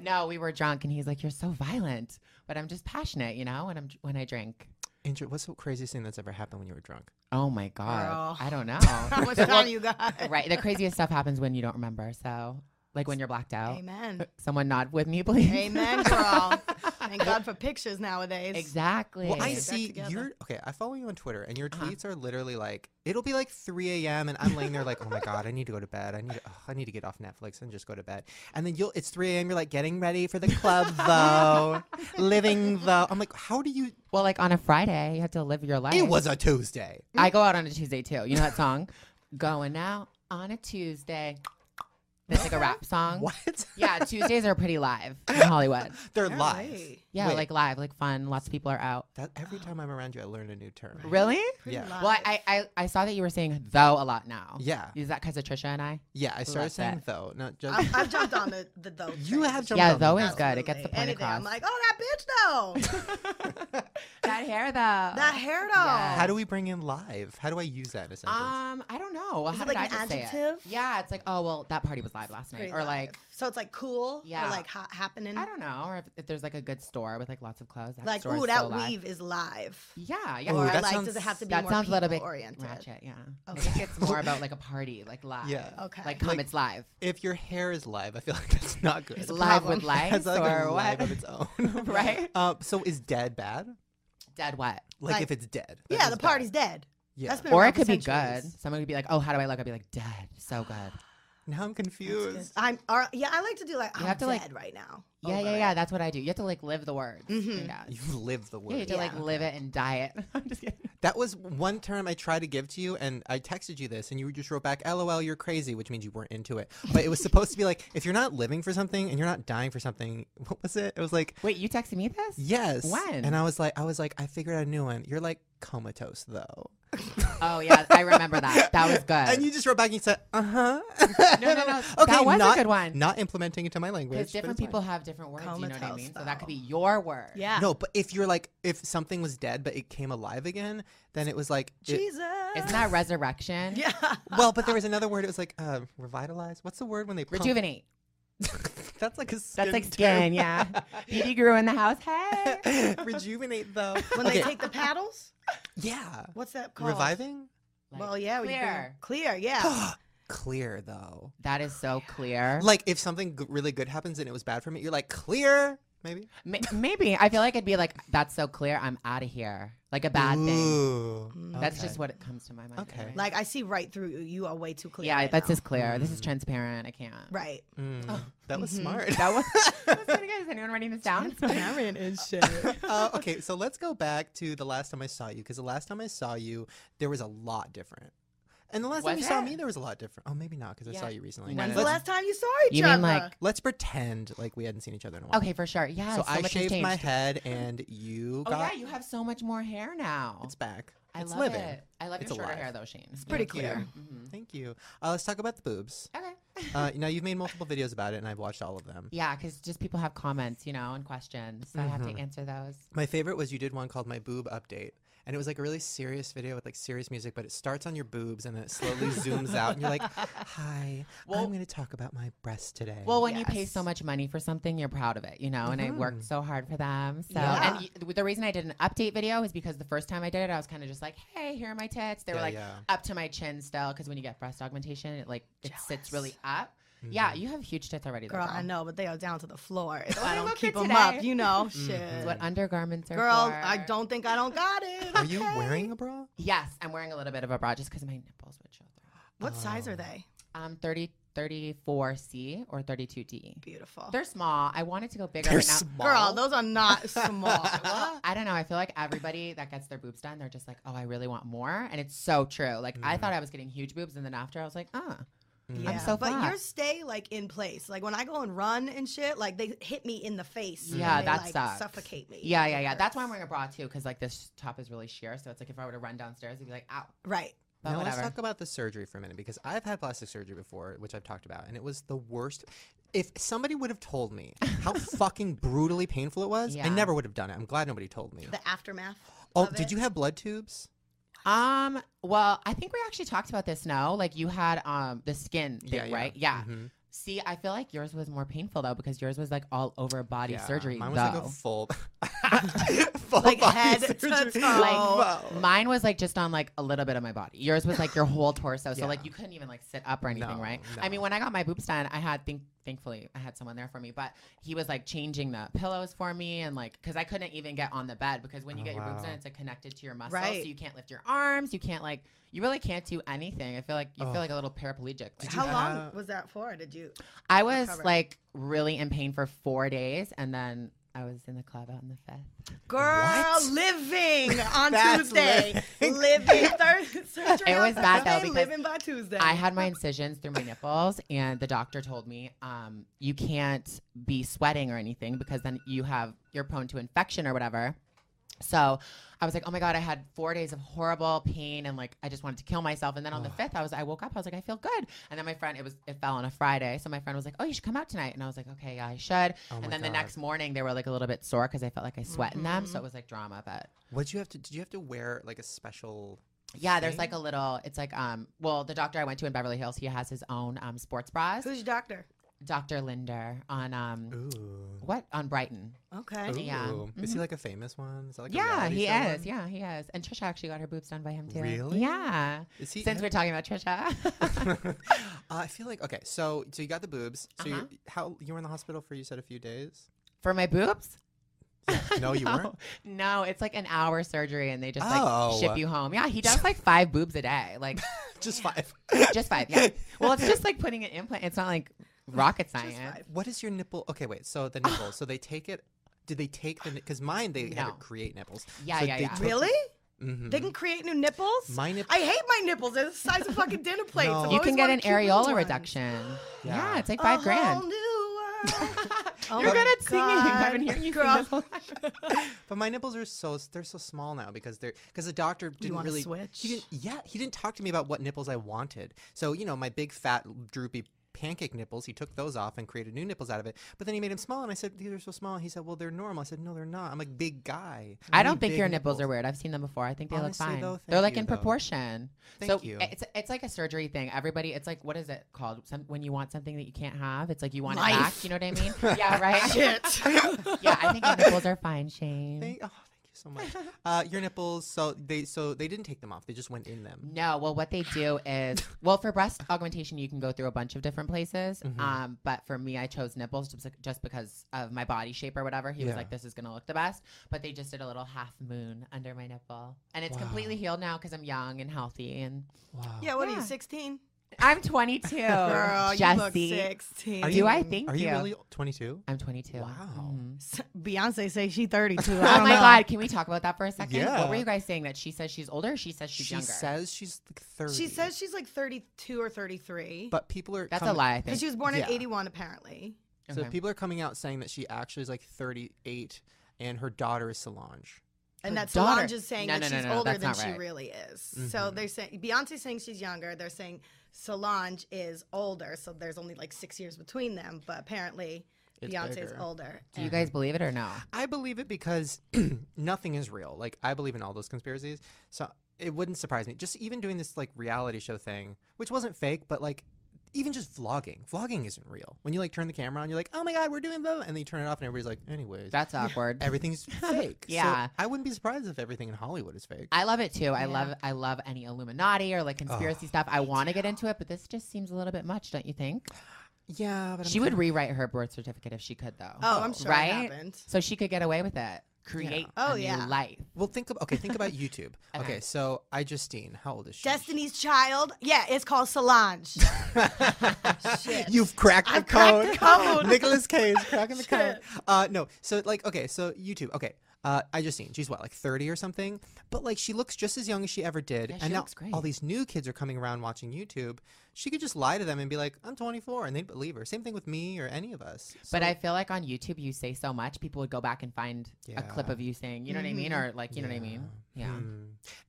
S4: no, we were drunk, and he's like, "You're so violent," but I'm just passionate, you know. When I'm when I drink.
S2: Inter- what's the craziest thing that's ever happened when you were drunk?
S4: Oh my god,
S3: Girl.
S4: I don't know.
S3: How much
S4: Well,
S3: time you got?
S4: right. The craziest stuff happens when you don't Oh. remember. So, like when you're blacked out. Uh,
S3: Amen.
S4: Someone nod with me, please.
S3: Amen, girl. Thank God for pictures nowadays.
S4: Exactly.
S2: Well, I
S3: Get back
S2: see
S3: together.
S2: you're okay. I follow you on Twitter, and your
S4: Uh-huh.
S2: tweets are literally like it'll be like 3 a.m. and I'm laying there like, oh my god, I need to go to bed. I need, ugh, I need to get off Netflix and just go to bed. And then you'll it's 3 a.m. You're like getting ready for the club though, living though. I'm like, how do you?
S4: Well, like on a Friday, you have to live your life.
S2: It was a Tuesday.
S4: I go out on a Tuesday too. You know that song? Going out on a Tuesday. That's like a rap song.
S2: What?
S4: Yeah, Tuesdays are pretty live in Hollywood.
S2: They're
S3: All
S2: live.
S3: right.
S4: Yeah,
S2: Wait.
S4: like live, like fun. Lots of people are out.
S2: That every time I'm around you, I learn a new term.
S4: Really?
S3: Pretty
S2: Yeah.
S3: live.
S4: Well, I, I I saw that you were saying though a lot now.
S2: Yeah,
S4: Is that because of Trisha and I?
S2: yeah. I started
S4: Love
S2: saying
S4: that. Uh-huh.
S2: though, not just.
S3: I've, I've jumped on the, the though.
S2: you
S3: thing.
S2: have jumped
S4: yeah,
S2: on
S4: though
S2: me.
S4: is good. It gets the
S3: Absolutely. Anything.
S4: point across.
S3: I'm like, oh, that bitch though.
S4: that hair though. That
S3: that hair though.
S4: Uh, Yeah.
S2: How do we bring in live? How do I use that in a sentence?
S4: Um, I don't know.
S3: Is
S4: How
S3: it
S4: did
S3: like
S4: I
S3: an
S4: just say it?
S3: adjective?
S4: Yeah, it's like, oh well, that party was live last night,
S3: Pretty
S4: or
S3: live.
S4: like
S3: so it's like cool
S4: Yeah.
S3: or like ha- happening.
S4: I don't know, or if, if there's like a good store with like lots of clothes. That
S3: like,
S4: store is
S3: ooh, that
S4: so live.
S3: weave is live.
S4: Yeah, yeah.
S2: Ooh,
S3: or
S2: that
S3: like,
S2: sounds-
S3: does it have to be
S4: that
S3: more
S4: sounds a little bit
S3: people oriented?
S4: ratchet. Yeah. I
S3: Okay.
S4: think it's more about like a party, like live.
S2: Yeah.
S3: Okay.
S4: Like
S3: Like-
S4: come, it's live.
S2: if your hair is live, I feel like that's not good.
S4: It's
S3: a
S4: live with
S3: problem.
S4: lights
S2: That's like
S4: or
S2: a
S4: what?
S2: life of its own,
S4: Right?
S2: Uh, so is dead bad?
S4: Dead what?
S2: Like,
S3: Like-
S2: if it's dead, that
S3: yeah,
S2: is
S3: the
S2: bad.
S3: party's dead.
S2: Yeah.
S3: That's been
S4: Or it
S3: around for
S4: could be good.
S3: centuries.
S4: Someone could be like, "Oh, how do I look?" I'd be like, "Dead, so good."
S3: Oh,
S2: now I'm confused.
S3: I'm. Or, yeah, I like to do like
S4: You
S3: I'm
S4: have to, like-
S3: dead right now. Oh
S4: Yeah,
S3: Over
S4: yeah,
S3: it.
S4: yeah. That's what I do. You have to like live the words. I
S3: Mhm.
S4: guess.
S2: You live the
S4: Yeah, you
S2: word.
S4: have to like
S3: Yeah.
S4: live it and die it. I'm just kidding.
S2: That was one term I tried to give to you, and I texted you this, and you just wrote back, "LOL, you're crazy," which means you weren't into it. But it was supposed to be like, if you're not living for something and you're not dying for something, what was it? It was like,
S4: Wait, you texted me this?
S2: yes.
S4: When?
S2: And I was like, I was like, I figured out a new one. You're like comatose though.
S4: Oh yeah, I remember that. That was good.
S2: And you just wrote back and you said, uh huh.
S4: No, no, no, that was a
S2: not,
S4: good one.
S2: Not implementing it to my language.
S4: because
S2: but
S4: different
S2: it's fine.
S4: people have different words, you know what I
S3: Comatose,
S4: mean? So that could
S3: though.
S4: be your word.
S3: Yeah.
S2: No, but if you're like, if something was dead but it came alive again, then it was like. it-
S3: Jesus.
S4: Isn't that resurrection?
S3: Yeah.
S2: well, but there was another word. It was like uh, revitalize. What's the word when they pump-
S4: Rejuvenate.
S2: That's like a
S4: That's
S2: skin
S4: like
S2: term.
S4: skin, yeah. BB grew in the house. Hey.
S2: Rejuvenate though.
S3: When
S2: okay.
S3: they take the paddles,
S2: yeah.
S3: what's that called?
S2: Reviving.
S3: Well, yeah. we
S4: clear.
S3: Clear. Yeah.
S2: Clear though.
S4: That is so Oh. clear.
S2: Like if something g- really good happens and it was bad for me, you're like clear. Maybe.
S4: Ma- maybe I feel like it'd be like that's so clear. I'm out of here. Like a bad thing. Mm,
S2: thing.
S4: That's just what it comes to my mind.
S2: Okay.
S4: anyway.
S3: like I see right through you. You are way too clear.
S4: yeah,
S3: right
S4: that's
S3: now. Mm.
S4: just clear. This is transparent. I can't.
S3: right.
S2: Mm, that was
S3: mhm.
S2: smart.
S4: Mm-hmm. That was. that was pretty good. Is anyone writing this down?
S3: Karen and shit.
S2: uh, okay, so let's go back to the last time I saw you because the last time I saw you, there was a lot different. And the last time
S4: Was
S2: you saw
S4: it?
S2: me, there was a lot different. Oh, maybe not because I
S4: Yeah.
S2: saw you recently.
S4: When's
S2: Let's,
S3: When's
S4: the
S3: the last time you saw each
S4: You
S3: other?
S4: mean like?
S2: let's pretend like we hadn't seen each other in a while.
S4: Okay, for sure. Yeah.
S2: so,
S4: So,
S2: I
S4: much has
S2: shaved my
S4: changed.
S2: head and you
S4: Oh
S2: got
S4: yeah, you have so much more hair now.
S2: it's back.
S4: I
S2: it's
S4: love
S2: living.
S4: it. I love
S2: It's
S4: your shorter
S2: alive.
S4: hair though, Shane. It's
S3: pretty
S2: clear.
S4: hmm
S2: Thank you. Uh, let's talk about the boobs.
S4: Okay.
S2: Uh, now you've made multiple videos about it, and I've watched all of them.
S4: Yeah, because just people have comments, you know, and questions. So I have
S2: Mm-hmm.
S4: to answer those.
S2: My favorite was you did one called My Boob Update. And it was like a really serious video with like serious music, but it starts on your boobs and then it slowly zooms out. And you're like, hi,
S4: Well-
S2: I'm going to talk about my breasts today.
S4: Well, when you pay
S3: Yes.
S4: so much money for something, you're proud of it, you know. And I
S2: Mm-hmm.
S4: worked so hard for them. So,
S3: Yeah.
S4: and y- th- the reason I did an update video is because the first time I did it, I was kind of just like, "Hey, here are my tits." They were
S2: Yeah,
S4: like
S2: yeah.
S4: up to my chin still, because when you get breast augmentation, it like it sits really up.
S2: Mm-hmm.
S4: Yeah, you have huge tits already, though,
S3: Girl, I know, but they are down to the floor. If I
S4: they
S3: don't
S4: look
S3: keep
S4: good
S3: them up,
S4: today. Mm-hmm.
S3: you know,
S4: It's
S3: shit.
S4: what undergarments are
S3: Girl,
S4: for.
S3: I don't think I don't got it.
S2: Are you
S3: okay?
S2: wearing a bra?
S4: Yes, I'm wearing a little bit of a bra just because my nipples would show through.
S3: What size are they?
S4: Um, 30, 34C or 32D.
S3: Beautiful.
S4: They're small. I wanted to go bigger.
S2: They're
S4: but now-
S2: small.
S3: Girl, those are not small.
S4: Well, I don't know. I feel like everybody that gets their boobs done, they're just like, oh, I really want more. And it's so true. Like,
S2: Mm-hmm.
S4: I thought I was getting huge boobs. And then after, I was like, uh.
S3: yeah,
S4: so
S3: but
S4: fat.
S3: yours stay like in place. Like when I go and run and shit, like they hit me in the face. and
S4: Yeah,
S3: they,
S4: that
S3: like,
S4: sucks.
S3: Suffocate me.
S4: Yeah, yeah, yeah.
S3: It
S4: That's why I'm
S3: hurts.
S4: wearing a bra, too, because, like, this top is really sheer. So it's like if I were to run downstairs, it'd be like, ow.
S3: right.
S4: But
S2: now
S4: whatever.
S2: let's talk about the surgery for a minute because I've had plastic surgery before, which I've talked about, and it was the worst. If somebody would have told me how fucking brutally painful it was,
S4: Yeah.
S2: I never would have done it. I'm glad nobody told me.
S3: The aftermath.
S2: oh,
S3: of
S2: did
S3: it.
S2: you have blood tubes?
S4: um, well, I think we actually talked about this now. Like, you had um the skin thing, right? Yeah.
S2: Mhm.
S4: See, I feel like yours was more painful, though, because yours was, like, all over body
S2: Yeah,
S4: surgery,
S2: Mine was
S4: though.
S2: like a full, full
S4: Oh,
S3: Like
S2: body
S3: head to
S2: surgery.
S3: toe.
S2: Wow.
S4: Mine was like just on like a little bit of my body. Yours was like your whole torso. So like
S2: Yeah.
S4: you couldn't even like sit up or anything,
S2: No,
S4: right? I
S2: no.
S4: mean, when I got my boobs done, I had think thankfully I had someone there for me, but he was like changing the pillows for me and like because I couldn't even get on the bed because when you
S2: Oh,
S4: get your boobs done,
S2: wow.
S4: it's like connected to your muscles,
S3: Right.
S4: so you can't lift your arms, you can't like you really can't do anything. I feel like you
S2: Oh.
S4: feel like a little paraplegic. Like,
S2: Did you
S3: How long
S2: have-
S3: was that for? Did you?
S4: I was
S3: recover?
S4: like really in pain for four days and then I was in the club out in the fifth.
S3: Girl, living on
S2: That's
S3: Tuesday. Living Thursday. Surgery
S4: It
S3: on
S4: was bad, though,
S3: Thursday,
S4: because
S3: living by Tuesday.
S4: I had my incisions through my nipples, and the doctor told me um, you can't be sweating or anything because then you have you're prone to infection or whatever. So I was like, oh my god, I had four days of horrible pain and like I just wanted to kill myself. And then on the fifth, I was I woke up, I was like, I feel good. And then my friend, it was it fell on a Friday, so my friend was like, oh, you should come out tonight. And I was like, okay, yeah, I should.
S2: Oh my
S4: and then the
S2: God. Mm-hmm.
S4: next morning, they were like a little bit sore because I felt like I sweat in them, so it was like drama. But
S2: What you have to? Did you have to wear like a special?
S4: yeah, there's
S2: thing?
S4: like a little. It's like um, well, the doctor I went to in Beverly Hills, he has his own um sports bras.
S3: Who's your doctor?
S4: Dr. Linder on um
S2: Ooh.
S4: what on Brighton.
S3: Okay.
S2: Ooh.
S4: Yeah.
S3: Mm-hmm.
S2: Is he like a famous one? Is that like a
S4: yeah,
S2: reality
S4: he
S2: show
S4: is.
S2: one?
S4: Yeah, he is. And Trisha actually got her boobs done by him too.
S2: Really?
S4: Yeah.
S2: Is he?
S4: Since we're talking about Trisha,
S2: uh, I feel like okay. So so you got the boobs. So
S4: Uh-huh.
S2: you how you were in the hospital for you said a few days.
S4: for my boobs. Oh,
S2: No, you weren't.
S4: No, it's like an hour surgery, and they just like
S2: Oh.
S4: ship you home. Yeah, he does like five boobs a day, like
S2: Just five.
S4: just five. Yeah. Well, it's just like putting an implant. It's not like rocket science.
S3: five.
S2: What is your nipple? Okay, wait. So the nipple. so they take it. Did they take the? Because mine, they had
S4: No.
S2: to create nipples.
S4: Yeah,
S2: So
S4: yeah,
S2: they
S4: yeah.
S2: took-
S3: Really?
S2: Mm-hmm.
S3: They can create new nipples?
S2: My nip-
S3: I hate my nipples. They're the size of fucking dinner plates.
S2: No.
S3: I've
S4: You
S3: always
S4: can get
S3: wanted
S4: an
S3: cute little
S4: areola
S3: ones. Oh,
S4: reduction. Yeah.
S2: Yeah.
S4: it's like five
S3: A
S4: grand.
S3: whole new world. Oh
S4: You're
S3: my
S4: good at singing. I've been
S3: God.
S4: hearing you
S3: Girl.
S4: sing this whole time.
S2: But my nipples are so they're so small now because they're because the doctor didn't
S3: wanna
S2: really
S3: switch?
S2: He didn't, yeah, he didn't talk to me about what nipples I wanted. So you know, my big fat droopy pancake nipples, he took those off and created new nipples out of it. But then he made them small, and I said these are so small. And he said, well, they're normal. I said, no, they're not. I'm a big guy.
S4: I
S2: need
S4: don't think
S2: big
S4: your nipples, are weird. I've seen them before. I think they
S2: Honestly,
S4: look fine.
S2: though,
S4: They're
S2: thank
S4: like
S2: you,
S4: in
S2: though.
S4: proportion.
S2: Thank
S4: so
S2: you.
S4: It's it's like a surgery thing. Everybody, it's like what is it called? Some, when you want something that you can't have, it's like you want it back.
S3: Life.
S4: You know what I mean? yeah, right.
S3: Shit.
S4: yeah, I think your nipples are fine, Shane.
S2: Thank, oh, thank you so much. Uh, your nipples. So they so they didn't take them off. They just went in them.
S4: no, well, what they do is, well, for breast augmentation, you can go through a bunch of different places.
S2: Mm-hmm.
S4: Um, but for me, I chose nipples just, bec- just because of my body shape or whatever. He was
S2: Yeah.
S4: like, "This is gonna look the best." But they just did a little half moon under my nipple, and it's
S2: Wow.
S4: completely healed now because I'm young and healthy and
S2: Wow.
S3: yeah, what are you,
S4: Yeah.
S3: 16?
S4: I'm 22.
S3: Girl, you look
S4: Oh, Jesse.
S3: 16.
S2: Are
S4: Do I think
S2: Are you
S4: you?
S2: really 22?
S4: I'm 22.
S2: Wow.
S4: Mhm.
S3: Beyonce say she 32. Mm-hmm. I
S4: Oh
S3: don't
S4: my
S3: know.
S4: God! Can we talk about that for a second?
S2: Yeah.
S4: What were you guys saying? That she says she's older. Or she says she's
S2: she
S4: younger.
S2: says she's like 30.
S3: She says she's like 32 or 33.
S2: But people are
S4: That's
S2: coming-
S4: a lie. I
S3: Because
S4: think.
S3: she was born in
S2: Yeah.
S3: 81, apparently.
S2: So
S4: Okay.
S2: people are coming out saying that she actually is like 38 and her daughter is Solange.
S3: And
S4: Her
S3: that
S4: daughter-
S3: Solange is saying
S4: No,
S3: that
S4: no, no,
S3: she's
S4: no, no,
S3: older
S4: that's
S3: than
S4: not
S3: she
S4: right. Mm-hmm.
S3: really is. So they're saying Beyonce's saying she's younger. They're saying Solange is older. So there's only like six years between them. But apparently
S2: It's
S3: Beyonce's
S2: bigger.
S3: older.
S4: Do you guys believe it or no?
S2: I believe it because nothing is real. Like I believe in all those conspiracies. So it wouldn't surprise me. Just even doing this like reality show thing, which wasn't fake, but like even just vlogging. Vlogging isn't real. When you like turn the camera on, you're like, "Oh my god, we're doing blah," blah," and then you turn it off and everybody's like, "Anyways."
S4: That's awkward.
S2: everything's fake. So
S4: Yeah.
S2: I wouldn't be surprised if everything in Hollywood is fake.
S4: I love it too. I love I love any Illuminati or like conspiracy stuff. I want to get into it, but this just seems a little bit much, don't you think?
S2: yeah, but I'm
S4: She would rewrite her birth certificate if she could, though.
S3: Oh, I'm sure it
S4: right?
S3: happened.
S4: So she could get away with it. Create
S3: Oh,
S4: a new
S3: yeah.
S4: life.
S2: Well, think of okay. Think about YouTube. okay.
S4: Okay.
S2: so I Justine, how old is she?
S3: Destiny's Child. Yeah, it's called Solange. Shit.
S2: You've cracked the
S3: I've
S2: code.
S3: cracked the code.
S2: Nicholas K is cracking the code. Uh, no, so like okay, so YouTube. Okay, uh, I just seen she's what like thirty or something, but like she looks just as young as she ever did.
S4: Yeah,
S2: and
S4: she
S2: now
S4: looks great.
S2: all these new kids are coming around watching YouTube. She could just lie to them and be like, "I'm 24," and they'd believe her. Same thing with me or any of us.
S4: But
S2: So-
S4: I feel like on YouTube, you say so much, people would go back and find a
S2: Yeah.
S4: clip
S2: Mm-hmm.
S4: of you saying, you know what I mean? Or like, you know what I mean? Yeah.
S2: Hmm.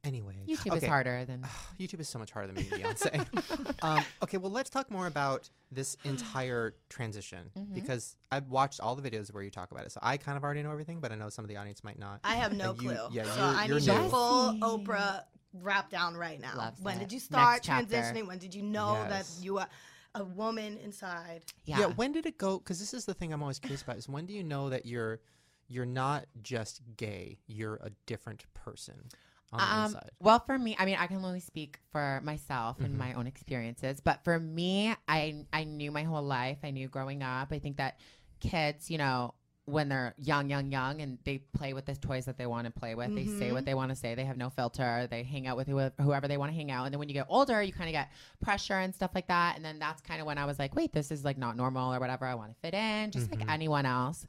S2: Anyway,
S4: YouTube is
S2: okay.
S4: harder than.
S2: YouTube is so much harder than me, Beyonce. um, okay, well, let's talk more about this entire transition
S4: Mm-hmm.
S2: because I've watched all the videos where you talk about it. So I kind of already know everything, but I know some of the audience might
S4: Uh,
S2: not.
S3: I have no
S2: And you-
S3: clue.
S2: yeah,
S3: so
S2: you're-
S3: I
S2: you're
S3: need the
S2: new.
S3: full Oprah wrap down right now.
S4: Loves
S3: when
S4: it.
S3: did you
S4: Next
S3: start
S4: chapter.
S3: transitioning? When did you know
S2: Yes.
S3: that you are a woman inside?
S4: Yeah.
S2: When did it go? Because this is the thing I'm always curious about: is when do you know that you're you're not just gay, you're a different person? on the
S4: Um,
S2: inside? Mm-hmm.
S4: Well, for me, I mean, I can only speak for myself and my own experiences, but for me, I I knew my whole life. I knew growing up. I think that kids, you know, when they're young, young, young, and they play with the toys that they want to play with, they say what they want to say. They have no filter. They hang out with whoever, whoever they want to hang out. And then when you get older, you kind of get pressure and stuff like that. And then that's kind of when I was like, wait, this is like not normal or whatever. I want to fit in, just
S2: Mm-hmm.
S4: like anyone else.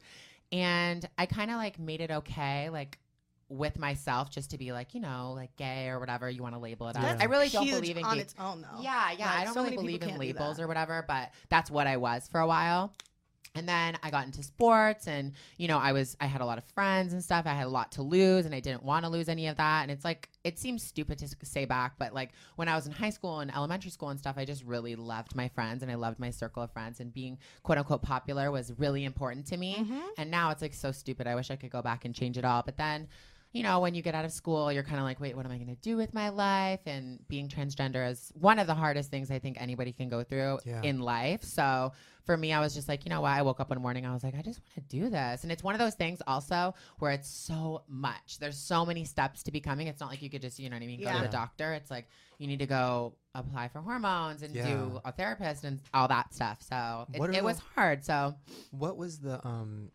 S4: And I kind of like made it okay, like with myself, just to be like, you know, like gay or whatever you want to label it. as.
S3: That's
S4: I really don't
S3: huge
S4: believe in
S3: on
S4: gay-
S3: its own though.
S4: yeah, yeah.
S3: Like,
S4: I don't
S3: so many
S4: really
S3: people
S4: believe in
S3: can't do
S4: labels
S3: that.
S4: or whatever, but that's what I was for a while. And then I got into sports and you know, I was I had a lot of friends and stuff. I had a lot to lose and I didn't want to lose any of that. And it's like it seems stupid to s- say back, but like when I was in high school and elementary school and stuff, I just really loved my friends and I loved my circle of friends and being quote unquote popular was really important to
S3: Mm-hmm.
S4: me. And now it's like so stupid. I wish I could go back and change it all. But then you know, when you get out of school, you're kind of like, wait, what am I going to do with my life? And being transgender is one of the hardest things I think anybody can go through
S2: Yeah.
S4: in life. So for me, I was just like, you know what? I woke up one morning, I was like, I just want to do this. And it's one of those things also where it's so much. There's so many steps to becoming. It's not like you could just, you know what I mean, go
S3: Yeah.
S4: to the doctor. It's like you need to go apply for hormones and
S2: Yeah.
S4: do a therapist and all that stuff. So
S2: What
S4: it,
S2: are
S4: it was
S2: the-
S4: hard. So
S2: What was the um?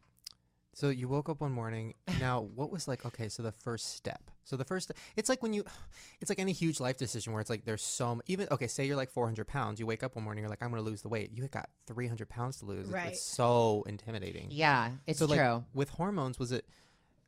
S2: So you woke up one morning. Now, what was like? Okay, so the first step. So the first, it's like when you, it's like any huge life decision where it's like there's so m- even okay. Say you're like 400 pounds. You wake up one morning, you're like, I'm gonna lose the weight. You got 300 pounds to lose. It's-
S3: Right.
S2: It's so intimidating.
S4: yeah, it's
S2: so
S4: true.
S2: like with hormones, was it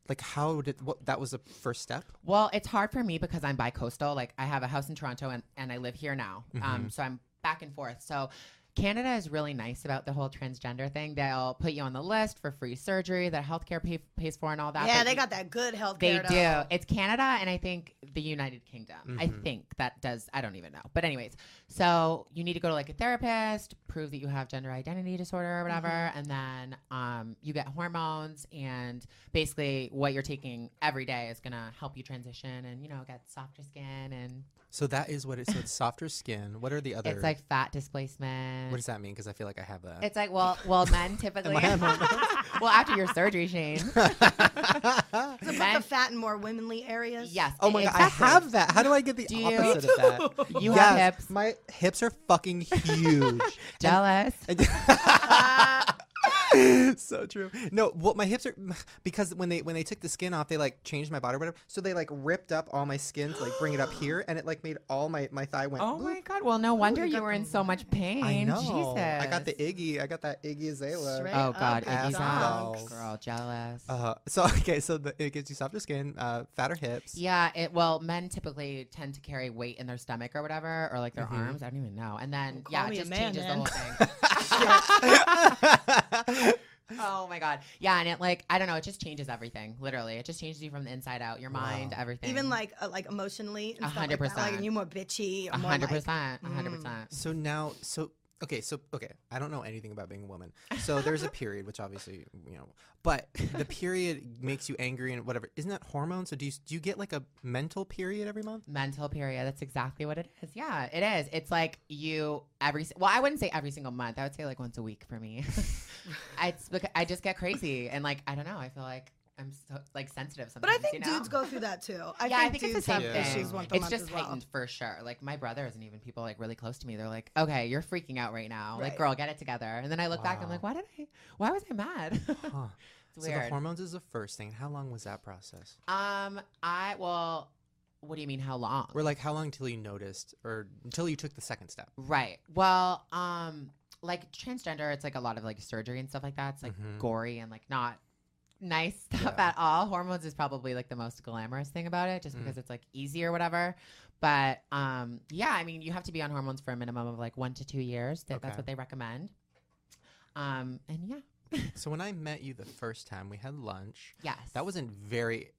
S2: like how did what that was the first step?
S4: Well, it's hard for me because I'm bi-coastal. Like I have a house in Toronto and, and I live here now. Um, so I'm back and forth. So Canada is really nice about the whole transgender thing. They'll put you on the list for free surgery that healthcare pay, pays for and all that.
S3: Yeah,
S4: but
S3: they
S4: you-
S3: got that good health
S4: they
S3: care.
S4: do. It's Canada and I think the United Kingdom. I
S2: Mm-hmm.
S4: think that does. I don't even know. But anyways, so you need to go to like a therapist, prove that you have gender identity disorder or whatever, and then um, you get hormones and basically what you're taking every day is gonna help you transition and you know get softer skin and
S2: So that is what it's. So it's softer skin. What are the other?
S4: it's like fat displacement.
S2: what does that mean? Because I feel like I have that.
S4: It's like well, well, men typically.
S2: I on
S4: well, after your surgery, Shane.
S3: Put the
S4: Men-
S3: fat in more womanly areas.
S4: yes.
S2: Oh my god, I
S4: exactly.
S2: have that. How do I get the
S4: Do you-
S2: opposite of that?
S4: You have
S2: Yes,
S4: hips.
S2: My hips are fucking huge.
S4: jealous.
S2: so true. No, well, my hips are because when they when they took the skin off, they like changed my body, or whatever. So they like ripped up all my skin to like bring it up here, and it like made all my my thigh went.
S4: Oh
S2: "Oop."
S4: my God! Well, no wonder
S3: you
S4: you
S3: got
S4: were in
S3: the
S4: so much pain.
S2: I know.
S4: Jesus.
S2: I got the Iggy. I got that Iggy Azalea.
S3: Straight
S4: Oh God,
S3: up and
S4: Iggy's
S2: down.
S4: out. Girl, jealous.
S2: Uh, so okay, so the, it gives you softer skin, uh, fatter hips.
S4: yeah. It well, men typically tend to carry weight in their stomach or whatever, or like their arms. I don't even know. And then
S3: Mm-hmm. Well,
S4: yeah,
S3: call
S4: it
S3: me a man
S4: just changes
S3: then.
S4: the whole thing. oh my God. Yeah, and it like I don't know. It just changes everything. Literally, it just changes you from the inside out. Your mind, everything.
S3: Even like uh, like emotionally, and stuff
S4: A
S3: like
S4: hundred
S3: that, Like,
S4: percent.
S3: you more bitchy. or
S4: a
S3: more,
S4: hundred
S3: like- mm,
S4: percent. a hundred percent.
S2: so now, so okay, so okay, I don't know anything about being a woman. So there's a period, which obviously you know, but the period makes you angry and whatever. Isn't that hormones? So do you do you get like a mental period every month?
S4: Mental period. That's exactly what it is. Yeah, it is. It's like you every. s- Well, I wouldn't say every single month. I would say like once a week for me. it's because I just get crazy and like I don't know. I feel like I'm so like sensitive
S3: But I
S4: sometimes.
S3: think
S4: you know?
S3: dudes go through that too. I
S4: yeah,
S3: think
S4: I think
S3: dudes
S4: it's the same
S3: have
S2: thing.
S3: issues once a
S4: it's
S3: month
S4: just
S3: as well.
S4: heightened for sure. Like my brothers and even people like really close to me, they're like, "Okay, you're freaking out right now. Like,
S3: Right.
S4: girl, get it together." And then I look back, I'm
S2: Wow.
S4: like, "Why did I? Why was I mad?"
S2: Huh.
S4: it's
S2: So the
S4: weird.
S2: hormones is the first thing. How long was that process?
S4: um, I well, what do you mean? How long?
S2: Or like how long till you noticed, or until you took the second step?
S4: Right. Well, um, like transgender, it's like a lot of like surgery and stuff like that. It's like
S2: Mhm.
S4: gory and like not nice stuff
S2: Yeah.
S4: at all. Hormones is probably like the most glamorous thing about it, just
S2: Mm.
S4: because it's like easy or whatever. But um, yeah, I mean, you have to be on hormones for a minimum of like one to two years. That,
S2: Okay.
S4: That's what they recommend. Um, and yeah,
S2: So when I met you the first time, we had lunch.
S4: yes,
S2: That was a very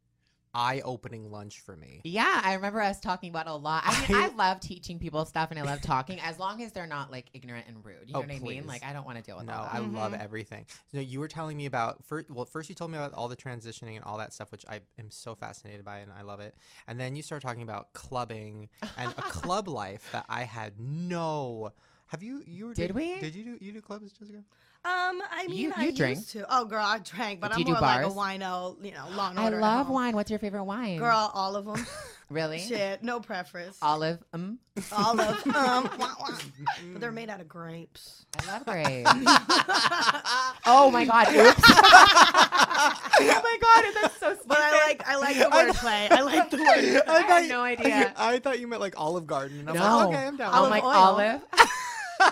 S2: eye-opening lunch for me.
S4: Yeah, I remember us talking about it a lot. I mean,
S2: I-
S4: I, love teaching people stuff and I love talking as long as they're not like ignorant and rude. You know
S2: Oh,
S4: what I
S2: please.
S4: mean? Like, I don't want to deal with
S2: No,
S4: all that.
S2: uh, I love
S3: Mhm.
S2: everything. No, you were telling me about first. Well, first you told me about all the transitioning and all that stuff, which I am so fascinated by and I love it. And then you started talking about clubbing and a club life that I had no Have you you were
S4: Did
S2: doing-
S4: we?
S2: Did you do you do clubs, Jessica?
S3: Um, I mean,
S4: You-
S3: I
S4: you
S3: used
S4: drink.
S3: to. Oh, girl, I drank, but
S4: Do
S3: I'm
S4: you do
S3: more like a
S4: bars?
S3: wino, you know, law and
S4: I
S3: order. at
S4: love
S3: home.
S4: wine. What's your favorite wine?
S3: Girl, all of them.
S4: Really?
S3: Shit, no preference. All,
S4: Olive. Mm.
S3: of them. wah, wah. But they're made out of grapes.
S4: I love grapes. oh my god. Oops. oh my god, that's so stupid.
S3: But I like, I like the wordplay. I like the word.
S4: I had
S2: thought you-
S4: no idea.
S2: I thought you meant like Olive Garden, and I was
S4: no.
S2: like, okay, I'm down.
S4: Oh
S3: Olive
S4: my
S3: oil.
S4: olive.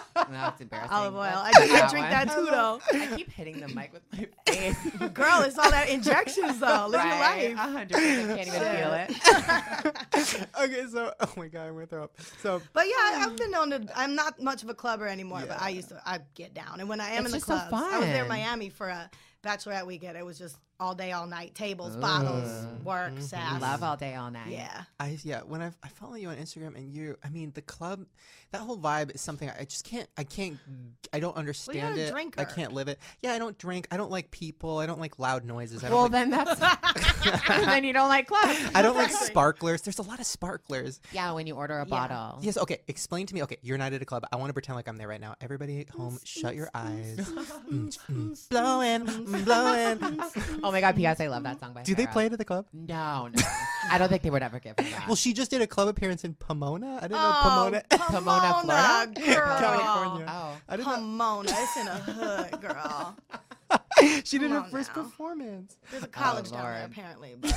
S4: no, that's embarrassing.
S3: Olive oil. I,
S4: Let's
S3: I
S4: skip
S3: drink
S4: one.
S3: that too, though.
S4: I keep hitting the mic with my face.
S3: Girl, it's all that injections, though. Live your life.
S4: hundred percent. Can't even feel it.
S2: okay, so oh my god, I'm gonna throw up. So
S3: But yeah, I-
S4: Hmm.
S3: I've been on. A, I'm not much of a clubber anymore, but I used to. I get down, and when I am
S4: It's
S3: in the
S4: just so
S3: clubs, I was there
S4: fun.
S3: in Miami for a bachelorette weekend. It was just all day, all night, tables, bottles, work, sass.
S4: Mm-hmm. Love all day, all night.
S3: Yeah,
S2: I yeah, when I I follow you on Instagram and you, I mean the club, that whole vibe is something I just can't I can't I don't understand
S3: a
S2: it. I
S3: drinker.
S2: can't live it. Yeah, I don't drink. I don't like people. I don't like loud noises. I don't
S4: Well,
S2: like,
S4: then that's then you don't like clubs.
S2: I don't like sparklers. There's a lot of sparklers.
S4: Yeah, when you order
S3: Yeah.
S4: a bottle.
S2: Yes. Okay. Explain to me. Okay, you're not at a club. I want to pretend like I'm there right now. Everybody at home, shut your eyes. Mm, mm, blowing, mm, blowing.
S4: Oh my God, P.S. I love that song by
S2: Do they
S4: Pharrell.
S2: play it at the club?
S4: No, no. I don't think they would ever give me that.
S2: Well, she just did a club appearance in Pomona. I didn't
S3: Oh,
S2: know Pomona.
S4: Pomona, Florida?
S3: girl.
S2: California.
S4: oh.
S2: I didn't know.
S3: Pomona, it's in a hood, girl.
S2: She did her
S3: on
S2: first
S3: now.
S2: performance.
S3: There's a college down there
S4: Oh, Lord.
S3: apparently. But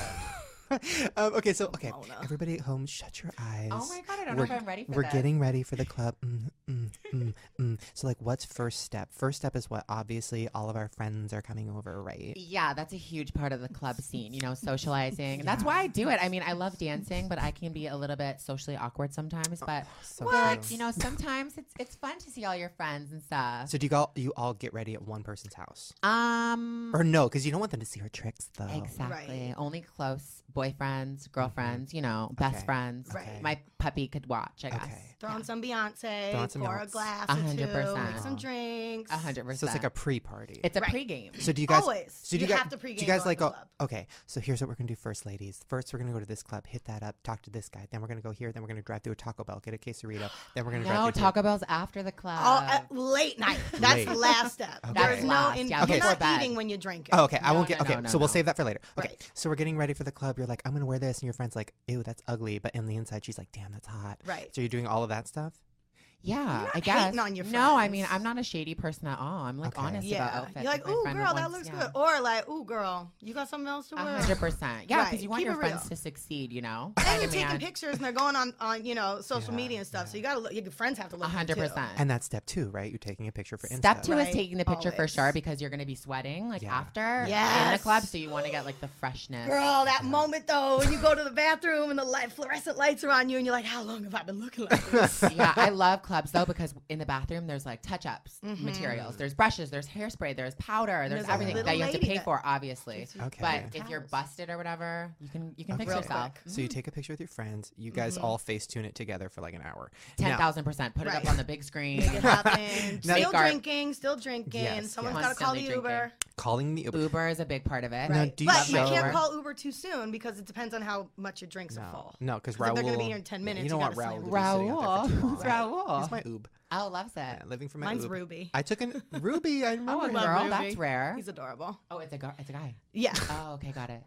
S2: um, okay, so okay,
S3: Mona.
S2: everybody at home, shut your eyes.
S4: Oh my God, I don't know
S2: we're,
S4: if I'm ready for
S2: We're
S4: this.
S2: getting ready for the club. Mm, mm, mm, mm. So, like, what's first step? First step is what? Obviously, all of our friends are coming over, right?
S4: Yeah, that's a huge part of the club scene, you know, socializing. And That's why I do it. I mean, I love dancing, but I can be a little bit socially awkward sometimes. But
S2: So
S4: but, like,
S2: true.
S4: you know, sometimes it's it's fun to see all your friends and stuff.
S2: So do you all you all get ready at one person's house,
S4: Um,
S2: or no? Because you don't want them to see her tricks, though.
S4: exactly. Only close boyfriends, girlfriends, you know, best
S2: Mm-hmm. Okay.
S4: friends.
S2: Right.
S4: My puppy could watch. I guess.
S2: Okay.
S3: throw on some Beyonce,
S2: Throw on some
S3: pour a
S2: Beyonce.
S3: glass
S4: A
S3: or
S4: hundred
S3: two,
S4: percent.
S3: make some drinks.
S4: A hundred percent.
S2: So it's like a pre-party.
S4: It's a
S3: Right.
S4: pregame.
S2: so do you guys?
S3: Always.
S2: So do
S3: You
S2: you guys
S3: have to
S2: Do you
S3: pregame
S2: guys
S3: going
S2: like
S3: to
S2: go?
S3: the club.
S2: Okay. So here's what we're gonna do first, ladies. First, we're gonna go to this club, hit that up, talk to this guy. Then we're gonna go here. Then we're gonna drive through a Taco Bell, get a quesarito. Then we're gonna drive
S4: No,
S2: through here.
S4: Taco Bell's after the club.
S3: All, uh, late night. That's
S2: Late.
S3: the last step.
S2: That's
S3: There's no
S4: last,
S3: in-
S4: yeah,
S3: you're
S2: before
S3: not
S4: bed.
S3: eating when you're drinking.
S2: Oh, okay. I
S4: No,
S2: won't
S4: no,
S2: get. Okay,
S4: no,
S2: so we'll
S4: no.
S2: save that for later. Okay.
S3: Right.
S2: So we're getting ready for the club. You're like, I'm gonna wear this, and your friend's like, Ew, that's ugly. But on the inside, she's like, Damn, that's hot.
S3: Right.
S2: So you're doing all of that stuff.
S4: yeah, I
S3: hating
S4: guess.
S3: on your
S4: no, I mean,
S3: friends.
S4: I'm not a shady person at all. I'm like
S2: Okay.
S4: honest about
S3: Yeah.
S4: outfits.
S3: You're like,
S4: My
S3: ooh,
S4: friend
S3: girl, that
S4: once-
S3: looks
S4: yeah.
S3: good. Or like, ooh, girl, you got something else to
S4: A
S3: wear?
S4: hundred percent. Yeah, because
S3: Right.
S4: you want
S3: Keep
S4: your
S3: it
S4: friends
S3: real.
S4: to succeed, you know.
S3: And you're
S4: I
S3: taking
S4: mean,
S3: pictures and they're going on, on you know, social
S2: Yeah,
S3: media and stuff. So you got to look, your friends have to
S4: A
S3: look.
S4: hundred
S3: too.
S4: percent.
S2: And that's step two, right? You're taking a picture for Insta.
S4: Step two
S3: Right.
S4: is taking the picture for
S3: Always.
S4: sure because you're going to be sweating like
S2: Yeah.
S4: after in the
S3: Yes.
S4: club, so you want to get like the freshness.
S3: Girl, that moment though, when you go to the bathroom and the light, fluorescent lights are on you, and you're like, "How long have I been looking like this?"
S4: yeah, I love clubs though because in the bathroom there's like touch ups materials, there's brushes, there's hairspray, there's powder,
S3: Mm-hmm.
S4: there's,
S3: there's a
S4: everything
S3: little
S4: that you have to
S3: lady
S4: pay
S3: that
S4: for, obviously.
S3: gives you
S2: Okay.
S4: But if you're
S3: Towels.
S4: busted or whatever, you can you can fix
S2: Okay.
S4: yourself.
S2: So you take a picture with your friends. You guys
S3: Mm-hmm.
S2: all face tune it together for like an hour.
S4: Ten
S2: Now-
S4: thousand percent. Put it
S3: Right.
S4: up on the big screen.
S3: Make it happen.
S2: Now-
S3: still
S4: Make our-
S3: drinking, still drinking.
S2: Yes,
S3: Someone's
S2: yes.
S3: got to call the
S4: Constantly
S3: Uber.
S2: Calling the Uber.
S4: Uber is a big part of it.
S2: Now,
S3: Right.
S2: do you
S3: but you
S2: show-
S3: can't call Uber too soon because it depends on how much your drinks are
S2: No,
S3: full.
S2: no, because
S3: Because
S2: Raul.
S3: if they're gonna be here in 10 minutes,
S2: You don't
S3: you
S2: want
S3: gotta
S2: Raul. To
S3: slam
S2: be sitting out
S4: Raul.
S2: there for too long.
S4: Who's Raul?
S2: He's my Oob.
S4: Oh, loves it.
S2: Yeah, living for my
S3: Mine's
S2: Oob.
S3: Ruby.
S2: I took an Ruby. I
S4: Oh,
S2: remember.
S4: a
S2: him.
S3: love
S4: girl.
S3: Ruby.
S4: That's rare.
S3: He's adorable.
S4: Oh, it's a girl. It's a guy.
S3: Yeah.
S4: Oh, okay, got it.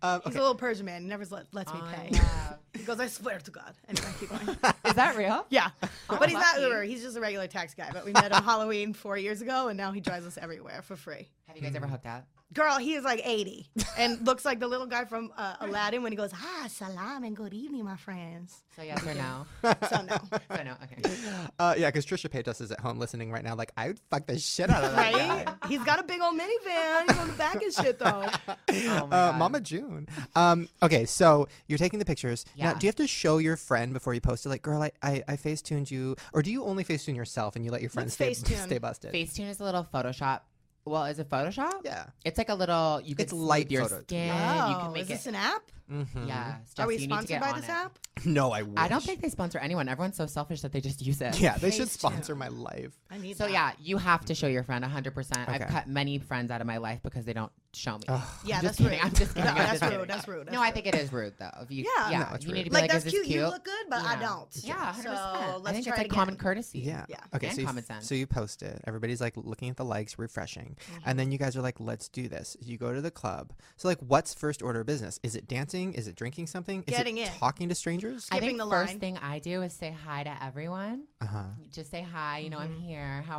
S2: Um,
S3: He's
S2: okay.
S3: a little Persian man. He never let, lets me
S4: I
S3: pay.
S4: love-
S3: He goes, I swear to God. Anyway, keep going.
S4: Is that real?
S3: Yeah. but he's not
S4: lucky.
S3: Uber. He's just a regular tax guy. But we met on Halloween four years ago, and now he drives us everywhere for free.
S4: Have you guys ever hooked up?
S3: Girl, he is like 80 and looks like the little guy from uh, Aladdin when he goes, Ah, salam and good evening, my friends.
S4: So yes or no?
S3: So, no.
S4: So no. Okay.
S2: Uh, yeah, because Trisha Paytas is at home listening right now. Like, I would fuck the shit
S4: Oh
S2: out of that guy.
S3: Right? He's got a big old minivan. He's on the back and shit, though.
S4: Oh my
S2: Uh,
S4: God.
S2: Mama June. Um, okay, so you're taking the pictures. Now,
S4: Yeah.
S2: do you have to show your friend before you post it? Like, girl, I, I, I facetuned you. Or do you only facetune yourself and you let your friends stay,
S3: Let's Facetune.
S2: stay busted?
S4: Facetune is a little Photoshop. Well, is it Photoshop?
S2: Yeah.
S4: It's like a little. You can
S2: It's light
S4: your
S2: photo.
S4: skin.
S3: oh,
S4: you can make
S3: is
S4: it.
S3: this an app?
S2: Mhm.
S4: Yes.
S3: Are we
S4: Jesse, you need to
S3: sponsored
S4: get
S3: by
S4: on
S3: this
S4: it.
S3: app?
S2: No, I wish.
S4: I don't think they sponsor anyone. Everyone's so selfish that they just use it.
S2: Yeah, they should
S3: Phase two.
S2: sponsor my life.
S3: I need
S4: So
S3: that.
S4: yeah, you have to show your friend 100%. I've
S2: Okay.
S4: cut many friends out of my life because they don't show me.
S2: Ugh.
S3: Yeah,
S4: I'm just
S3: that's
S4: kidding.
S3: rude.
S4: I'm just kidding.
S3: No,
S4: I'm
S3: that's
S4: just kidding.
S3: rude. That's rude.
S4: no, I think it is rude though. If you, yeah,
S3: Yeah.
S2: No, it's
S4: you
S2: rude.
S4: need to be
S3: like,
S4: like,
S3: that's
S4: is this
S3: cute.
S4: cute?
S3: You look good, but I don't.
S4: yeah, 100%.
S3: So
S4: I
S3: let's
S4: think
S3: try
S4: it's
S3: it
S4: like
S3: again.
S4: common courtesy.
S2: Yeah.
S3: Yeah.
S2: Okay.
S4: And
S2: so, you,
S4: common sense.
S2: so you post it. Everybody's like looking at the likes, refreshing,
S4: Mm-hmm.
S2: and then you guys are like, "Let's do this." You go to the club. So like, what's first order of business? Is it dancing? Is it drinking something? Is
S3: Getting
S2: it
S3: in.
S2: talking to strangers?
S4: I
S3: Skipping
S4: think
S3: the
S4: first
S3: line.
S4: thing I do is say hi to everyone.
S2: Uh huh.
S4: Just say hi. You know
S3: Mm-hmm.
S4: I'm here. How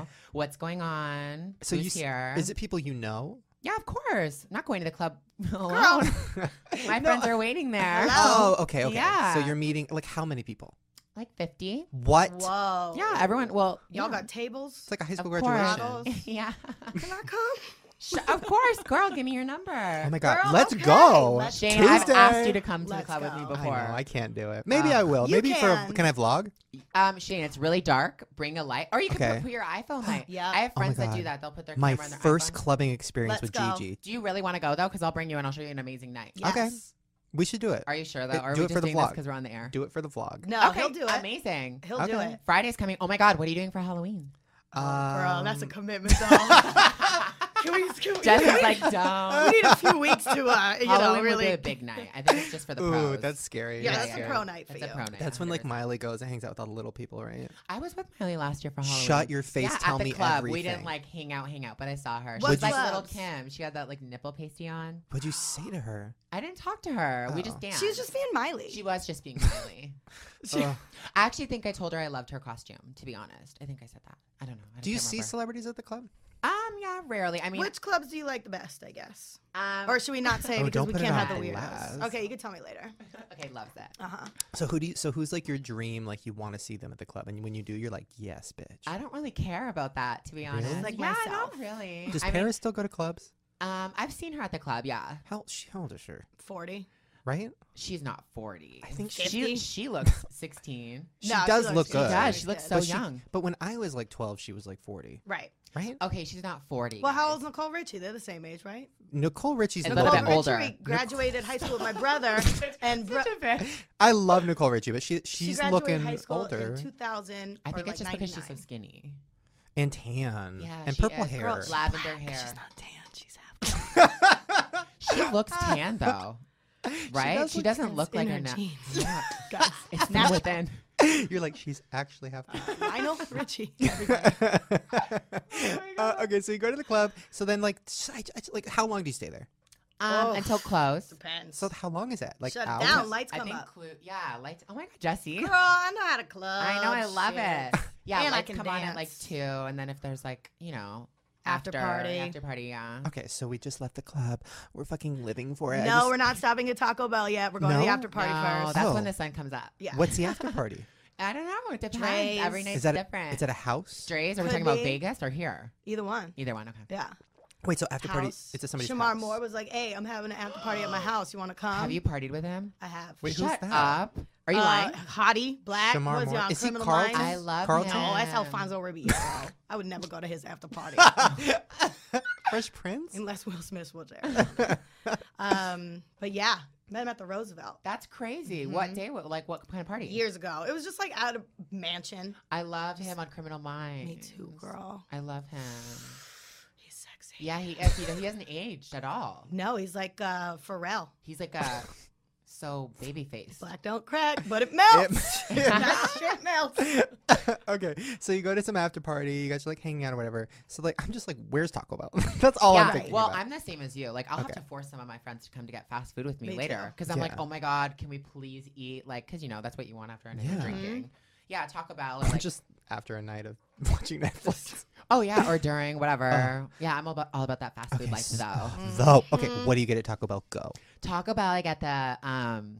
S4: you? What's going on?
S2: So you
S4: Who's
S2: s-
S4: here?
S2: Is it people you know?
S4: yeah, of course. I'm not going to the club alone. My friends are waiting there.
S2: Oh, okay, okay. So
S4: Yeah.
S2: you're meeting like how many people?
S4: Like 50.
S2: What?
S3: Whoa.
S4: Yeah, everyone. Well,
S3: Y'all
S4: yeah.
S3: got tables?
S2: It's like a high
S4: Of
S2: school
S4: course.
S2: graduation.
S3: Bottles.
S4: yeah.
S3: Can I come?
S4: Sh- of course, girl. Give me your number.
S2: Oh my god,
S3: Girl,
S2: let's
S3: okay,
S2: go.
S3: let's
S4: Shane,
S2: Tuesday.
S4: I've asked you to come to the
S3: Let's
S4: club with me
S3: go.
S2: I
S4: before.
S2: know, I can't do it. Maybe I
S4: Um,
S2: will.
S3: You
S2: Maybe for a,
S3: can.
S2: can I vlog?
S4: Um, Shane, it's really dark. Bring a light, or you can
S2: Okay.
S4: put, put your iPhone light.
S3: Yeah.
S4: I have
S2: Oh my
S4: friends that do
S2: God.
S4: that. They'll put their
S2: My
S4: camera on their
S2: first
S4: iPhone.
S2: clubbing experience
S3: Let's
S2: with
S3: go.
S2: Gigi.
S4: do you really want to go though? Because I'll bring you and I'll show you an amazing night.
S3: Yes.
S2: Okay. We should do it.
S4: Are you sure though?
S2: It-
S4: Or are
S2: do
S4: we
S2: it for
S4: just
S2: the
S4: doing this
S2: vlog.
S4: because we're on the air?
S2: Do it for the vlog.
S3: No,
S4: okay,
S3: he'll do it.
S4: Amazing.
S3: He'll do
S2: Okay.
S3: it.
S4: Friday's coming. Oh my God, what are you doing for Halloween?
S3: Girl, that's a
S2: Um,
S3: commitment, though. can we, can we,
S4: Jess
S3: we,
S4: is like, don't.
S3: we need a few weeks to, uh, you
S4: Halloween
S3: know,
S4: would
S3: really.
S4: be a big night. I think it's just for the
S2: Ooh,
S4: pros.
S2: that's scary.
S3: Yeah,
S4: Yeah,
S3: that's
S4: yeah.
S3: a pro night for
S4: That's
S3: you.
S4: a pro night.
S2: That's when like
S4: 100%.
S2: Miley goes and hangs out with all the little people, right?
S4: I was with Miley last year for Halloween.
S2: Shut your face,
S4: Yeah,
S2: tell
S4: at the
S2: me
S4: club. We
S2: everything.
S4: didn't like hang out, hang out, but I saw her. She
S3: Would
S4: was like
S3: you-
S4: little
S3: Clubs.
S4: Kim. She had that like nipple pasty on.
S2: What'd you say to her?
S4: I didn't talk to her. We
S2: Oh.
S4: just danced.
S3: She was just being Miley.
S4: She was just being Miley.
S2: Ugh.
S4: I actually think I told her I loved her costume. To be honest, I think I said that. I don't know. I
S2: Do you
S4: can't
S2: see
S4: remember.
S2: celebrities at the club?
S4: Um, yeah, rarely. I mean,
S3: Which clubs do you like the best, I guess?
S4: um,
S3: Or should we not say
S2: Oh,
S3: because
S2: don't
S3: we
S2: put it
S3: can't
S2: on
S3: have the weirdos?
S2: blast.
S3: Okay, you can tell me later.
S4: okay, loves that.
S3: Uh huh.
S2: So who do you, so who's like your dream? Like you want to see them at the club, and when you do, you're like, yes, bitch.
S4: I don't really care about that, to be honest.
S2: Really?
S3: Like
S4: yeah,
S3: myself.
S4: not really.
S2: Does
S4: I mean,
S2: Paris still go to clubs?
S4: um, I've seen her at the club. Yeah,
S2: How old, she, how old is she?
S3: 40.
S2: Right?
S4: she's not forty.
S2: I think she-
S4: she
S3: 50?
S4: she looks sixteen.
S2: She
S3: No,
S2: does
S3: looks-
S2: look
S4: she
S2: good.
S4: does. She looks so
S2: But she-
S4: young. Oh.
S2: But when I was like 12, she was like 40,
S3: Right.
S2: right?
S4: Okay, she's not forty.
S3: Well, how
S4: guys.
S3: old's Nicole Richie? They're the same age, right?
S2: Nicole Richie's
S4: A
S2: the
S4: little
S2: one-
S4: bit
S3: Nicole
S4: older.
S3: Richie graduated high school with my brother, and bro-
S2: I love Nicole Richie, but she
S3: she
S2: she's
S3: graduated
S2: looking
S3: high school
S2: older
S3: in 2000
S4: I
S3: or like
S4: think it's just
S3: 99.
S4: because she's so skinny.
S2: and tan
S4: Yeah,
S2: and
S4: she
S2: purple
S4: is.
S2: hair.
S4: Girl, lavender hair.
S3: She's not tan. She's half.
S4: She looks tan though, right?
S2: does
S4: She,
S2: look
S4: doesn't
S3: tan.
S4: look
S3: It's
S4: like
S3: in
S4: her.
S3: her
S4: na-
S3: jeans.
S4: Yeah.
S3: Guys,
S4: It's not within.
S2: You're like she's actually half.
S3: Lionel Richie.
S4: Oh
S2: uh, okay, so you go to the club. So then, like, s- I- I- like, how long do you stay there?
S4: Um,
S3: Oh.
S4: until close.
S3: Depends.
S2: So how long is that? Like
S3: Shut
S2: hours?
S3: down. Lights
S4: I
S3: come
S4: think
S3: up.
S4: clue. Yeah, lights. Oh my god, Jesse.
S3: Girl, I know how to club.
S4: I know, I love
S3: shit.
S4: it. Yeah,
S3: And I
S4: lights
S3: can
S4: come on at like
S3: dance.
S4: two, and then if there's like you know
S3: After party.
S4: after party, yeah.
S2: Okay, so we just left the club. We're fucking living for it. I
S3: No,
S2: just-
S3: we're not stopping at Taco Bell yet. We're going to
S2: No?
S3: the after party
S4: no,
S3: first.
S4: that's
S2: Oh.
S4: when the sun comes up.
S3: yeah.
S2: What's the after party?
S4: I don't know. It depends.
S3: Strays.
S4: Every
S3: Is
S4: night's
S2: is that a-
S4: different.
S2: it's at a house?
S4: strays? Are we
S3: Could
S4: talking about
S3: be.
S4: Vegas or here?
S3: Either one.
S4: Either one. Okay.
S3: Yeah.
S2: Wait, so after party?
S3: House.
S2: It's at somebody's
S3: Shamar
S2: house.
S3: Moore was like, "Hey, I'm having an after party at my house. You want to come?"
S4: Have you partied with him?
S3: I have.
S2: Wait, who's
S4: Shut
S2: that?
S4: up. Are you
S3: Uh,
S4: lying?
S3: Hottie, black.
S2: Shamar
S3: was he
S2: Moore.
S3: on
S2: Is he
S3: Criminal
S2: Carlton?
S4: I
S3: Minds?
S4: love
S2: Carlton?
S4: him.
S3: No, that's Alfonso Ribeiro. I would never go to his after party
S2: Fresh Prince.
S3: unless Will Smith's was there. um, but yeah, met him at the Roosevelt
S4: That's crazy.
S3: Mm-hmm.
S4: What day? What like what kind of party?
S3: years ago. It was just like at a mansion.
S4: I love him on Criminal Minds.
S3: Me too, girl.
S4: I love him.
S3: He's sexy.
S4: Yeah, he is. He, he hasn't aged at all.
S3: No, he's like uh, Pharrell.
S4: He's like a so baby face.
S3: Black don't crack, but it melts.
S2: It-
S3: that shit melts.
S2: okay, so you go to some after party. You guys are like hanging out or whatever. So like, I'm just like, where's Taco Bell? That's all I'm thinking.
S4: well,
S2: about.
S4: I'm the same as you. Like, I'll have
S2: Okay.
S4: to force some of my friends to come to get fast food with me,
S3: Me
S4: later
S3: too.
S4: because I'm like,
S2: Yeah.
S4: oh my god, can we please eat? Like, because you know that's what you want after a night
S2: Yeah.
S4: of drinking.
S3: Mm-hmm.
S4: Yeah, Taco Bell. Or like,
S2: just after a night of watching Netflix.
S4: oh yeah, or during whatever.
S2: Oh.
S4: yeah, I'm all about, all about that fast food life though.
S2: Though, okay,
S3: Mm-hmm.
S2: what do you get at Taco Bell? Go.
S4: Taco Bell, I get the um.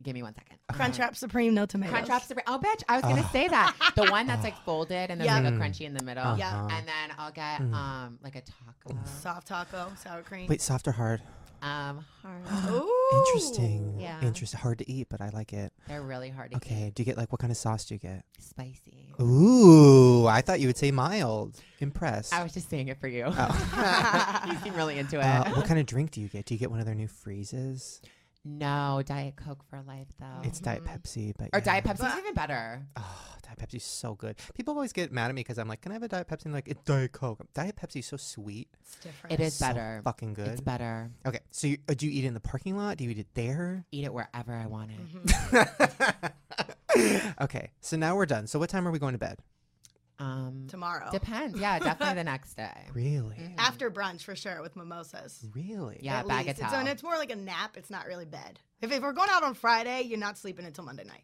S4: Give me one second. Um,
S3: Crunchwrap Supreme, no tomatoes.
S4: Crunchwrap Supreme. Oh, bitch! I was gonna
S2: Ah.
S4: say that the one that's like folded and there's
S3: Yeah.
S4: like a
S2: Mm.
S4: crunchy in the middle.
S3: Yeah. Uh-huh.
S4: And then I'll get um like a taco,
S3: Soft taco, sour cream.
S2: Wait, soft or hard?
S4: um, hard.
S3: Ooh.
S2: Interesting.
S4: Yeah.
S2: Interesting. Hard to eat, but I like it.
S4: They're really hard to
S2: Okay. Do you get like what kind of sauce do you get?
S4: get. Spicy.
S2: Ooh, I thought you would say mild. Impressed.
S4: I was just saying it for
S2: Oh.
S4: you. you seem really into it.
S2: Uh, what kind of drink do you get? Do you get one of their new freezes?
S4: No, Diet Coke for life though.
S2: It's Diet Pepsi, but
S4: Um, or
S2: yeah.
S4: Diet Pepsi's even better.
S2: Oh, Diet Pepsi's so good. People always get mad at me because I'm like, "Can I have a Diet Pepsi?" And they're like, "It's Diet Coke." Diet Pepsi's so sweet.
S3: It's different.
S4: It is
S2: so
S4: better.
S2: fucking good.
S4: It's better.
S2: Okay, so you, uh, do you eat it in the parking lot? Do you eat it there?
S4: Eat it wherever I want it.
S2: Mm-hmm.
S3: Mm-hmm.
S2: okay, so now we're done. So what time are we going to bed?
S4: Um,
S3: tomorrow.
S4: depends. Yeah, definitely the next day.
S2: Really?
S3: After brunch for sure with mimosas.
S2: Really?
S4: Mm. Yeah,
S3: At
S4: bag
S3: least.
S4: of
S3: It's, and
S4: towel.
S3: it's more like a nap. It's not really bed. If, if we're going out on Friday, you're not sleeping until Monday night.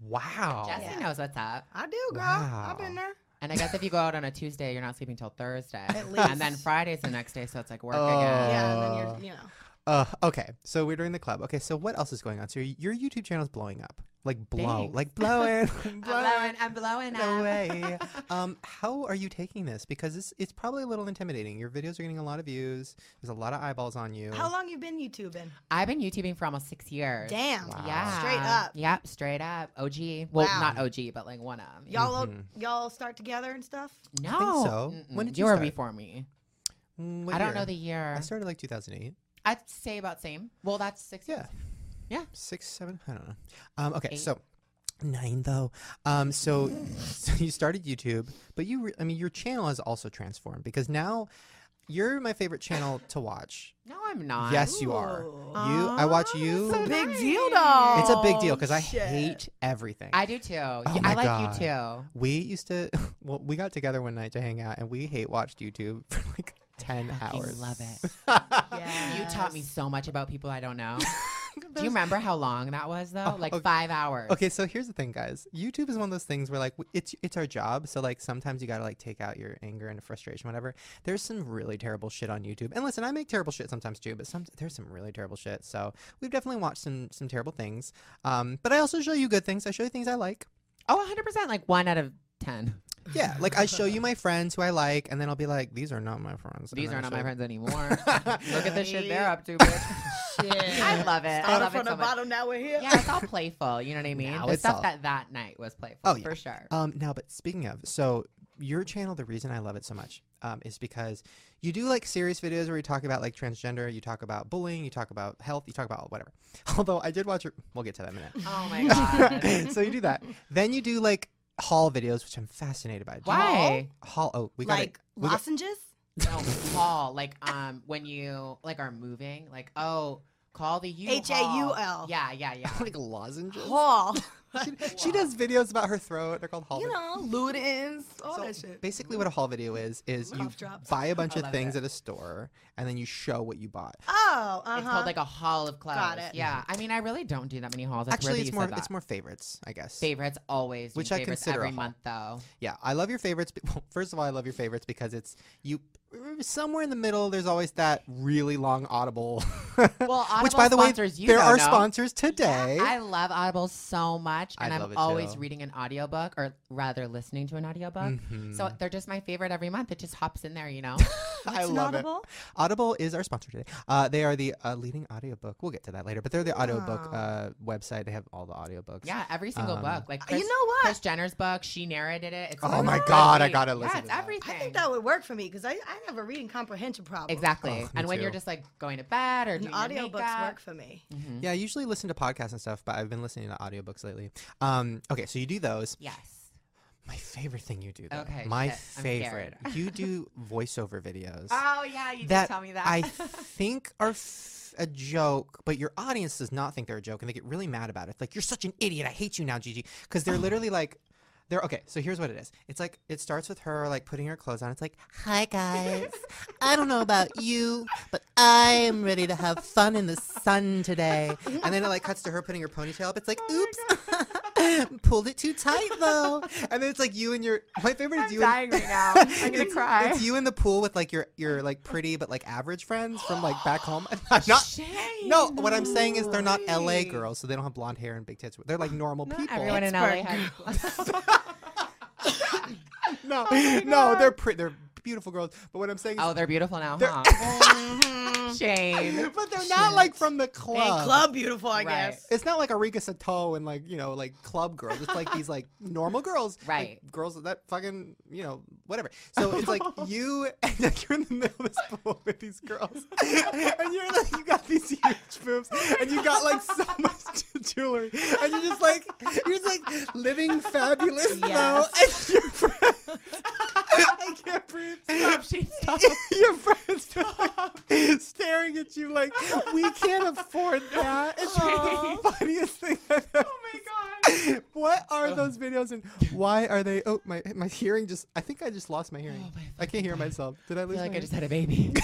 S2: Wow.
S4: Jesse
S3: Yeah.
S4: knows what's up.
S3: I do, girl. I've been
S2: Wow.
S3: there.
S4: And I guess if you go out on a Tuesday, you're not sleeping till Thursday. And then
S3: least.
S4: Friday's the next day, so it's like work
S2: Oh.
S4: again.
S3: Yeah, and then
S2: Uh,
S3: you're, you know.
S2: Uh, okay, so we're doing the club. Okay, so what else is going on? So y- your YouTube channel is blowing up, like blow,
S4: Thanks.
S2: like blowing, blowing,
S4: I'm blowing up.
S2: away. um, how are you taking this? Because this, it's probably a little intimidating. Your videos are getting a lot of views. There's a lot of eyeballs on
S4: Oh.
S2: you.
S3: How long you been YouTubing?
S4: I've been YouTubing for almost six years.
S3: Damn.
S2: Wow.
S4: Yeah.
S3: Straight up.
S4: Yep, straight up. OG. Well,
S3: Wow.
S4: not OG, but like one of.
S3: Y'all y'all start together and stuff?
S4: No.
S2: so.
S4: Mm-mm.
S2: When did
S4: you
S2: you
S4: were
S2: start?
S4: before me?
S2: Mm, what
S4: I don't
S2: year?
S4: know the year.
S2: I started like 2008.
S4: I'd say about same. Well, that's six.
S2: Yeah.
S4: Yeah.
S2: Six, seven. I don't know. Um, okay,
S4: Eight.
S2: so nine though. Um, so, so you started YouTube, but you, re- I mean, your channel has also transformed because now you're my favorite channel to watch.
S4: No, I'm not.
S2: yes, you are. You,
S3: Ooh.
S2: I watch
S4: Aw,
S2: you.
S4: Ah, so
S3: Big
S4: nice.
S3: deal, though.
S2: It's a big deal because I
S3: shit.
S2: hate everything.
S4: I do too. Yeah,
S2: my
S4: I like
S2: God.
S4: you too.
S2: we used to, well, we got together one night to hang out, and we hate watched YouTube for like ten
S4: Fucking
S2: hours.
S4: love it.
S3: Yeah.
S4: You taught me so much about people I don't know. do you remember how long that was though? Like
S2: Oh, okay.
S4: five hours.
S2: Okay, so here's the thing, guys. YouTube is one of those things where like w- it's it's our job. So like sometimes you gotta like take out your anger and frustration, whatever. There's some really terrible shit on YouTube, and listen, I make terrible shit sometimes too. But some there's some really terrible shit. So we've definitely watched some some terrible things. Um, but I also show you good things. I show you things I like.
S4: Oh, 100 percent. Like one out of ten.
S2: Yeah, like I show you my friends who I like, and then I'll be like, these are not my friends. and
S4: These
S2: then I
S4: are not my
S2: show-
S4: friends anymore. Look at the shit they're up to, bitch.
S3: Shit.
S4: I love it. I
S3: Started
S4: love
S3: from
S4: it
S3: the
S4: so much.
S3: bottom, now we're here.
S4: Yeah, it's all playful. You know what I mean?
S2: Now
S4: the
S2: it's
S4: stuff
S2: all-
S4: that that night was playful.
S2: Oh, yeah.
S4: for sure.
S2: Um, now, but speaking of, so your channel, the reason I love it so much um, is because you do like serious videos where you talk about like transgender, you talk about bullying, you talk about health, you talk about whatever. Although I did watch your, we'll get to that in a minute.
S4: Oh my god.
S2: so you do that. Then you do like haul videos, which I'm fascinated by. Do you-
S4: Why?
S2: Haul. Oh, we got
S3: Like
S2: We got-
S3: lozenges?
S4: No, haul. Like um, when you like are moving, like oh, call the U.
S3: H A U L.
S4: Yeah, yeah, yeah.
S2: like lozenges.
S3: Paul.
S2: She, she does videos about her throat. They're called haul.
S3: you
S2: videos.
S3: know, Ludens, all
S2: So
S3: that shit.
S2: basically, what a haul video
S4: Mm-hmm.
S2: is is you
S3: Cough drops.
S2: buy a bunch
S4: I
S2: of
S4: love
S2: things
S4: it.
S2: at a store and then you show what you bought.
S3: Oh, uh-huh.
S4: It's called like a haul of clothes.
S3: Got it.
S4: Yeah. I mean, I really don't do that many hauls. That's
S2: Actually,
S4: rare that
S2: it's
S4: you
S2: more
S4: said that.
S2: it's more favorites, I guess.
S4: favorites always. do
S2: Which I
S4: favorites
S2: consider a
S4: every
S2: haul.
S4: month though.
S2: yeah, I love your favorites. be- Well, first of all, I love your favorites because it's you somewhere in the middle. There's always that really long audible.
S4: Well,
S2: which
S4: Audible
S2: by the way,
S4: sponsors you,
S2: there
S4: though,
S2: are
S4: no?
S2: sponsors today.
S4: I love Audible so much,
S2: I
S4: and
S2: love
S4: I'm
S2: it
S4: always
S2: too.
S4: reading an audiobook or rather listening to an audiobook.
S2: Mhm.
S4: So they're just my favorite every month. It just hops in there, you know.
S2: I love it. Audible is our sponsor today. Uh, they are the uh, leading audiobook. We'll get to that later, but they're the audiobook
S3: Wow.
S2: uh, website. They have all the audiobooks.
S4: Oh. yeah, every single
S2: Um,
S4: book. Like
S3: You
S4: Chris,
S3: know what?
S4: Chris Jenner's book, she narrated it. It's
S2: Oh
S4: like
S2: my
S4: everything.
S2: God, I gotta listen
S4: Yeah,
S2: to
S4: it's
S2: that.
S4: everything.
S3: I think that would work for me because I, I have a reading comprehension problem.
S4: exactly.
S2: Oh, me
S4: and when you're
S2: too.
S4: just like going to bed or
S3: And
S4: doing your
S3: audiobooks
S4: makeup,
S3: work for me.
S4: Mhm.
S2: Yeah, I usually listen to podcasts and stuff, but I've been listening to audiobooks lately. Um, okay, so you do those.
S4: Yes.
S2: My favorite thing you do, though.
S4: Okay,
S2: My
S4: shit, I'm
S2: favorite.
S4: scared.
S2: you do voiceover videos.
S4: Oh yeah, you
S2: that
S4: did tell me that.
S2: I think are f- a joke, but your audience does not think they're a joke, and they get really mad about it. It's like you're such an idiot. I hate you now, Gigi, because they're literally like, they're okay. So here's what it is. It's like it starts with her like putting her clothes on. It's like, hi guys. I don't know about you, but I am ready to have fun in the sun today. And then it like cuts to her putting her ponytail up. It's like,
S4: Oh
S2: oops, pulled it too tight though. And then it's like you and your my favorite is
S4: I'm
S2: you and-
S4: dying right now. I'm gonna
S2: it's-
S4: cry.
S2: It's you in the pool with like your your like pretty but like average friends from like back home. I'm not.
S4: Shame.
S2: No, what I'm saying is they're not LA girls, so they don't have blonde hair and big tits. They're like normal
S4: Not
S2: people.
S4: everyone in LA has.
S2: no, no, they're pretty. They're beautiful girls. But what I'm saying is
S4: oh, they're beautiful now,
S2: They're-
S4: huh? chain.
S2: but they're not like
S3: Shit.
S2: from the club.
S3: Ain't club beautiful, I
S4: Right.
S3: guess.
S2: It's not like Arika Sato and like you know like club girls. It's like these like normal girls, like,
S4: Right.
S2: girls that fucking you know whatever. So it's like you and then you're in the middle of this pool with these girls, and you're like you got these huge boobs, and you got like so much jewelry, and you're just like you're just like living fabulous
S4: Yes.
S2: though, and your friends, I can't breathe.
S4: Stop, she- stop.
S2: Your friends are like, staring at you like, we can't afford that. It's the funniest thing I've
S4: Oh
S2: ever.
S4: my
S2: God. What
S4: Oh.
S2: are those videos and why are they? Oh, my my hearing just. I think I just lost my hearing.
S4: Oh, my
S2: I can't hear myself. Did I
S4: I
S2: lose?
S4: feel
S2: my
S4: like I
S2: hearing?
S4: just had a baby.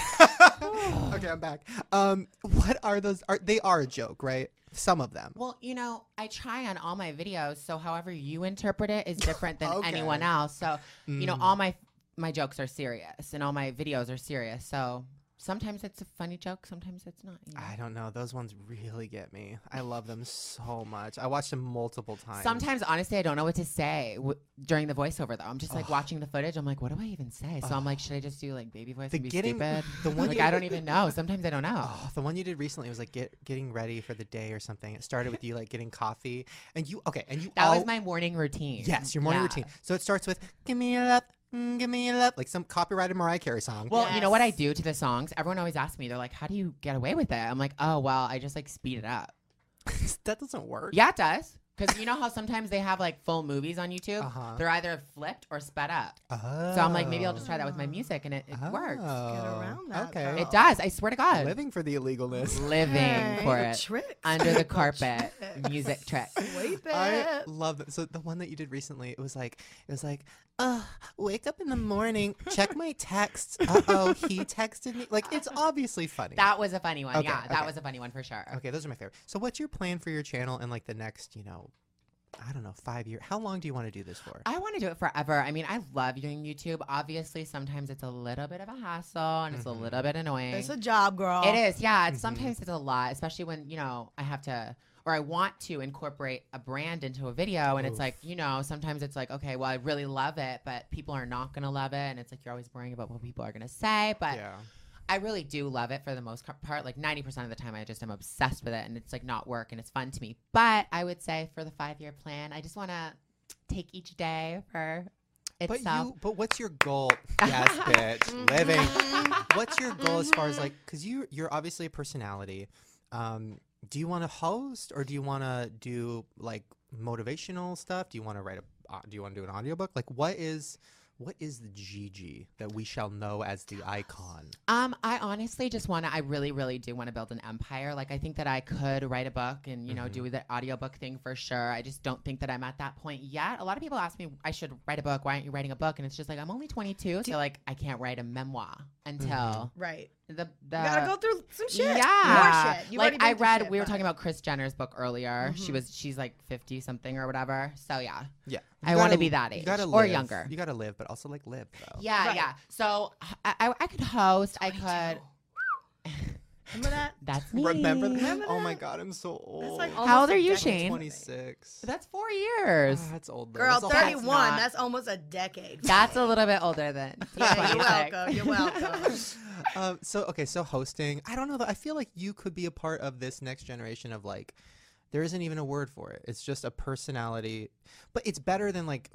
S2: okay, I'm back. Um, what are those? Are they are a joke, right? Some of them.
S4: Well, you know, I try on all my videos, so however you interpret it is different than
S2: Okay. Mm.
S4: anyone else. So, you know, all my my jokes are serious and all my videos are serious. So, sometimes it's a funny joke, sometimes it's not. you know?
S2: I don't know. Those ones really get me. I love them so much. I watched them multiple times.
S4: Sometimes, honestly, I don't know what to say w- during the voiceover. Though I'm just like watching the footage. I'm like, what do I even say? So I'm like, should I just do like baby voice
S2: The
S4: and be
S2: getting-
S4: stupid?
S2: the one
S4: like
S2: you-
S4: I don't even know. Sometimes I don't know.
S2: Oh, the one you did recently was like get getting ready for the day or something. It started with you like getting coffee, and you okay, and you
S4: that
S2: all,
S4: was my morning routine.
S2: yes, your morning
S4: Yeah.
S2: routine. So it starts with "Give me a love, mm, give me a love," like some copyrighted Mariah Carey song.
S4: Well, you know what I
S3: Yes.
S4: do to the songs? Everyone always asks me. They're like, how do you get away with it? I'm like, oh well, I just like speed it up.
S2: that doesn't work.
S4: Yeah, it does. Because you know how sometimes they have like full movies on YouTube?
S2: Uh-huh.
S4: They're either flipped or sped up.
S2: Oh.
S4: So I'm like, maybe I'll just try that with my music and it, it works.
S2: around
S3: around that,
S2: Okay.
S3: though.
S4: It does. I swear to God.
S2: Oh. Living for the illegalness.
S4: Living
S3: Okay,
S4: for
S3: a
S4: it.
S3: trick.
S4: Under the carpet. music trick.
S3: Sweep
S2: I
S3: it.
S2: love that. So the one that you did recently, it was like it was like, uh, wake up in the morning, check my texts. Uh oh, he texted me. Like it's obviously funny.
S4: That was a funny one.
S2: Okay,
S4: yeah, that
S2: okay.
S4: was a funny one for sure.
S2: Okay, those are my favorite. So, what's your plan for your channel in like the next, you know, I don't know, five year? How long do you want to do this for?
S4: I want to do it forever. I mean, I love doing YouTube. Obviously, sometimes it's a little bit of a hassle and it's a little bit annoying.
S3: It's a job, girl.
S4: It is, yeah. It's, Sometimes it's a lot, especially when you know I have to or I want to incorporate a brand into a video, and it's like you know sometimes it's like okay, well I really love it, but people are not gonna love it, and it's like you're always worrying about what people are gonna say, but. I really do love it for the most co- part. Like 90% of the time, I just am obsessed with it and it's like not work and it's fun to me. But I would say for the five year plan, I just want to take each day for
S2: But
S4: itself.
S2: you, but what's your goal? Yes, bitch, living. What's your goal as far as like, because you you're obviously a personality. Um, do you want to host or do you want to do like motivational stuff? Do you want to write a? Uh, do you want to do an audiobook? Like, what is what is the Gigi that we shall know as the icon?
S4: Um, I honestly just want to. I really, really do want to build an empire. Like, I think that I could write a book and you know
S3: Mm-hmm.
S4: do the audiobook thing for sure. I just don't think that I'm at that point yet. A lot of people ask me, I should write a book. Why aren't you writing a book? And it's just like I'm only 22, so like I can't write a memoir until
S3: Right.
S4: the the.
S3: Mm-hmm. You gotta go through some shit.
S4: Yeah,
S3: More shit. You've already
S4: like
S3: been
S4: I
S3: through
S4: read,
S3: shit,
S4: we were
S3: but- Mm-hmm.
S4: talking about Chris Jenner's book earlier. She was, she's like 50 something or whatever. So yeah,
S2: Yeah,
S4: I
S2: You
S4: wanna
S2: gotta-
S4: be that
S2: you
S4: age,
S2: gotta
S4: or
S2: live.
S4: younger.
S2: You gotta live, but also like live though.
S4: yeah,
S3: Right.
S4: yeah. So I, I, I could host. I could.
S3: Remember that?
S4: That's me.
S2: Remember, th-
S3: Remember
S2: Oh my
S3: that?
S2: god, I'm so old.
S3: like
S2: I'm
S3: all-
S4: How
S3: Almost
S4: old
S3: a
S4: are you,
S3: decade.
S4: Shane?
S2: 26.
S4: That's four years.
S3: Uh,
S2: Ah, that's old. though.
S3: Girl,
S2: That's a-
S3: 31.
S4: not-
S3: That's almost a decade.
S4: That's a little bit older than.
S3: yeah, you're
S4: 26.
S3: welcome. You're welcome.
S2: Um, so okay, so hosting. I don't know. Though, I feel like you could be a part of this next generation of like. There isn't even a word for it. It's just a personality, but it's better than like.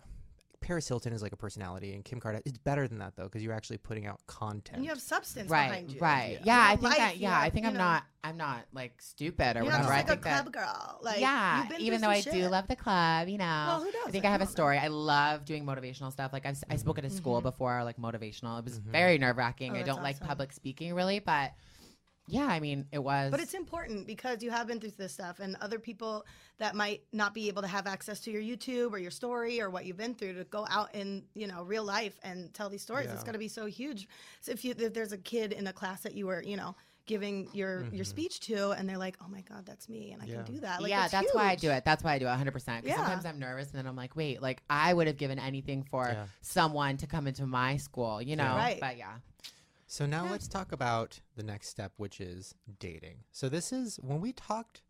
S2: Paris Hilton is like a personality, and Kim Kardashian. It's better than that though, because you're actually putting out content.
S3: you have substance
S4: Right,
S3: behind you.
S4: right.
S2: Yeah.
S4: Yeah, I
S3: Your
S4: think I,
S3: life, you
S4: yeah, I
S3: have,
S4: think
S3: you
S4: I'm
S3: know.
S4: not, I'm not like stupid or
S3: You're not
S4: whatever.
S3: just
S4: I
S3: like a
S4: think that.
S3: club girl. Like,
S4: yeah,
S3: you've been
S4: even
S3: through
S4: though I
S3: some
S4: do
S3: shit.
S4: love the club, you know.
S3: Well, who
S4: I
S3: doesn't?
S4: think I have a
S3: Come on now.
S4: story. I love doing motivational stuff. Like I've, si spoke at a school before, like motivational. It was
S2: Mm-hmm.
S4: very nerve wracking.
S3: Mm-hmm. Oh,
S4: I
S3: that's
S4: don't like
S3: awesome.
S4: public speaking really, but yeah, I mean, it was.
S3: But it's important because you have been through this stuff, and other people that might not be able to have access to your YouTube or your story or what you've been through to go out in you know real life and tell these stories. It's
S2: Yeah.
S3: going to be so huge. So if you if there's a kid in a class that you were you know giving your your speech to, and they're like, oh my god, that's me, and I
S2: Mm-hmm. Yeah.
S3: can do that. Like,
S4: yeah, that's why I
S3: huge.
S4: do it. That's why I do it 100%. Because
S3: Yeah.
S4: sometimes I'm nervous and then I'm like, wait, like I would have given anything for
S2: Yeah.
S4: someone to come into my school, you know?
S3: Right.
S4: But yeah.
S2: So now let's talk about the next step, which is dating. So this is when we talked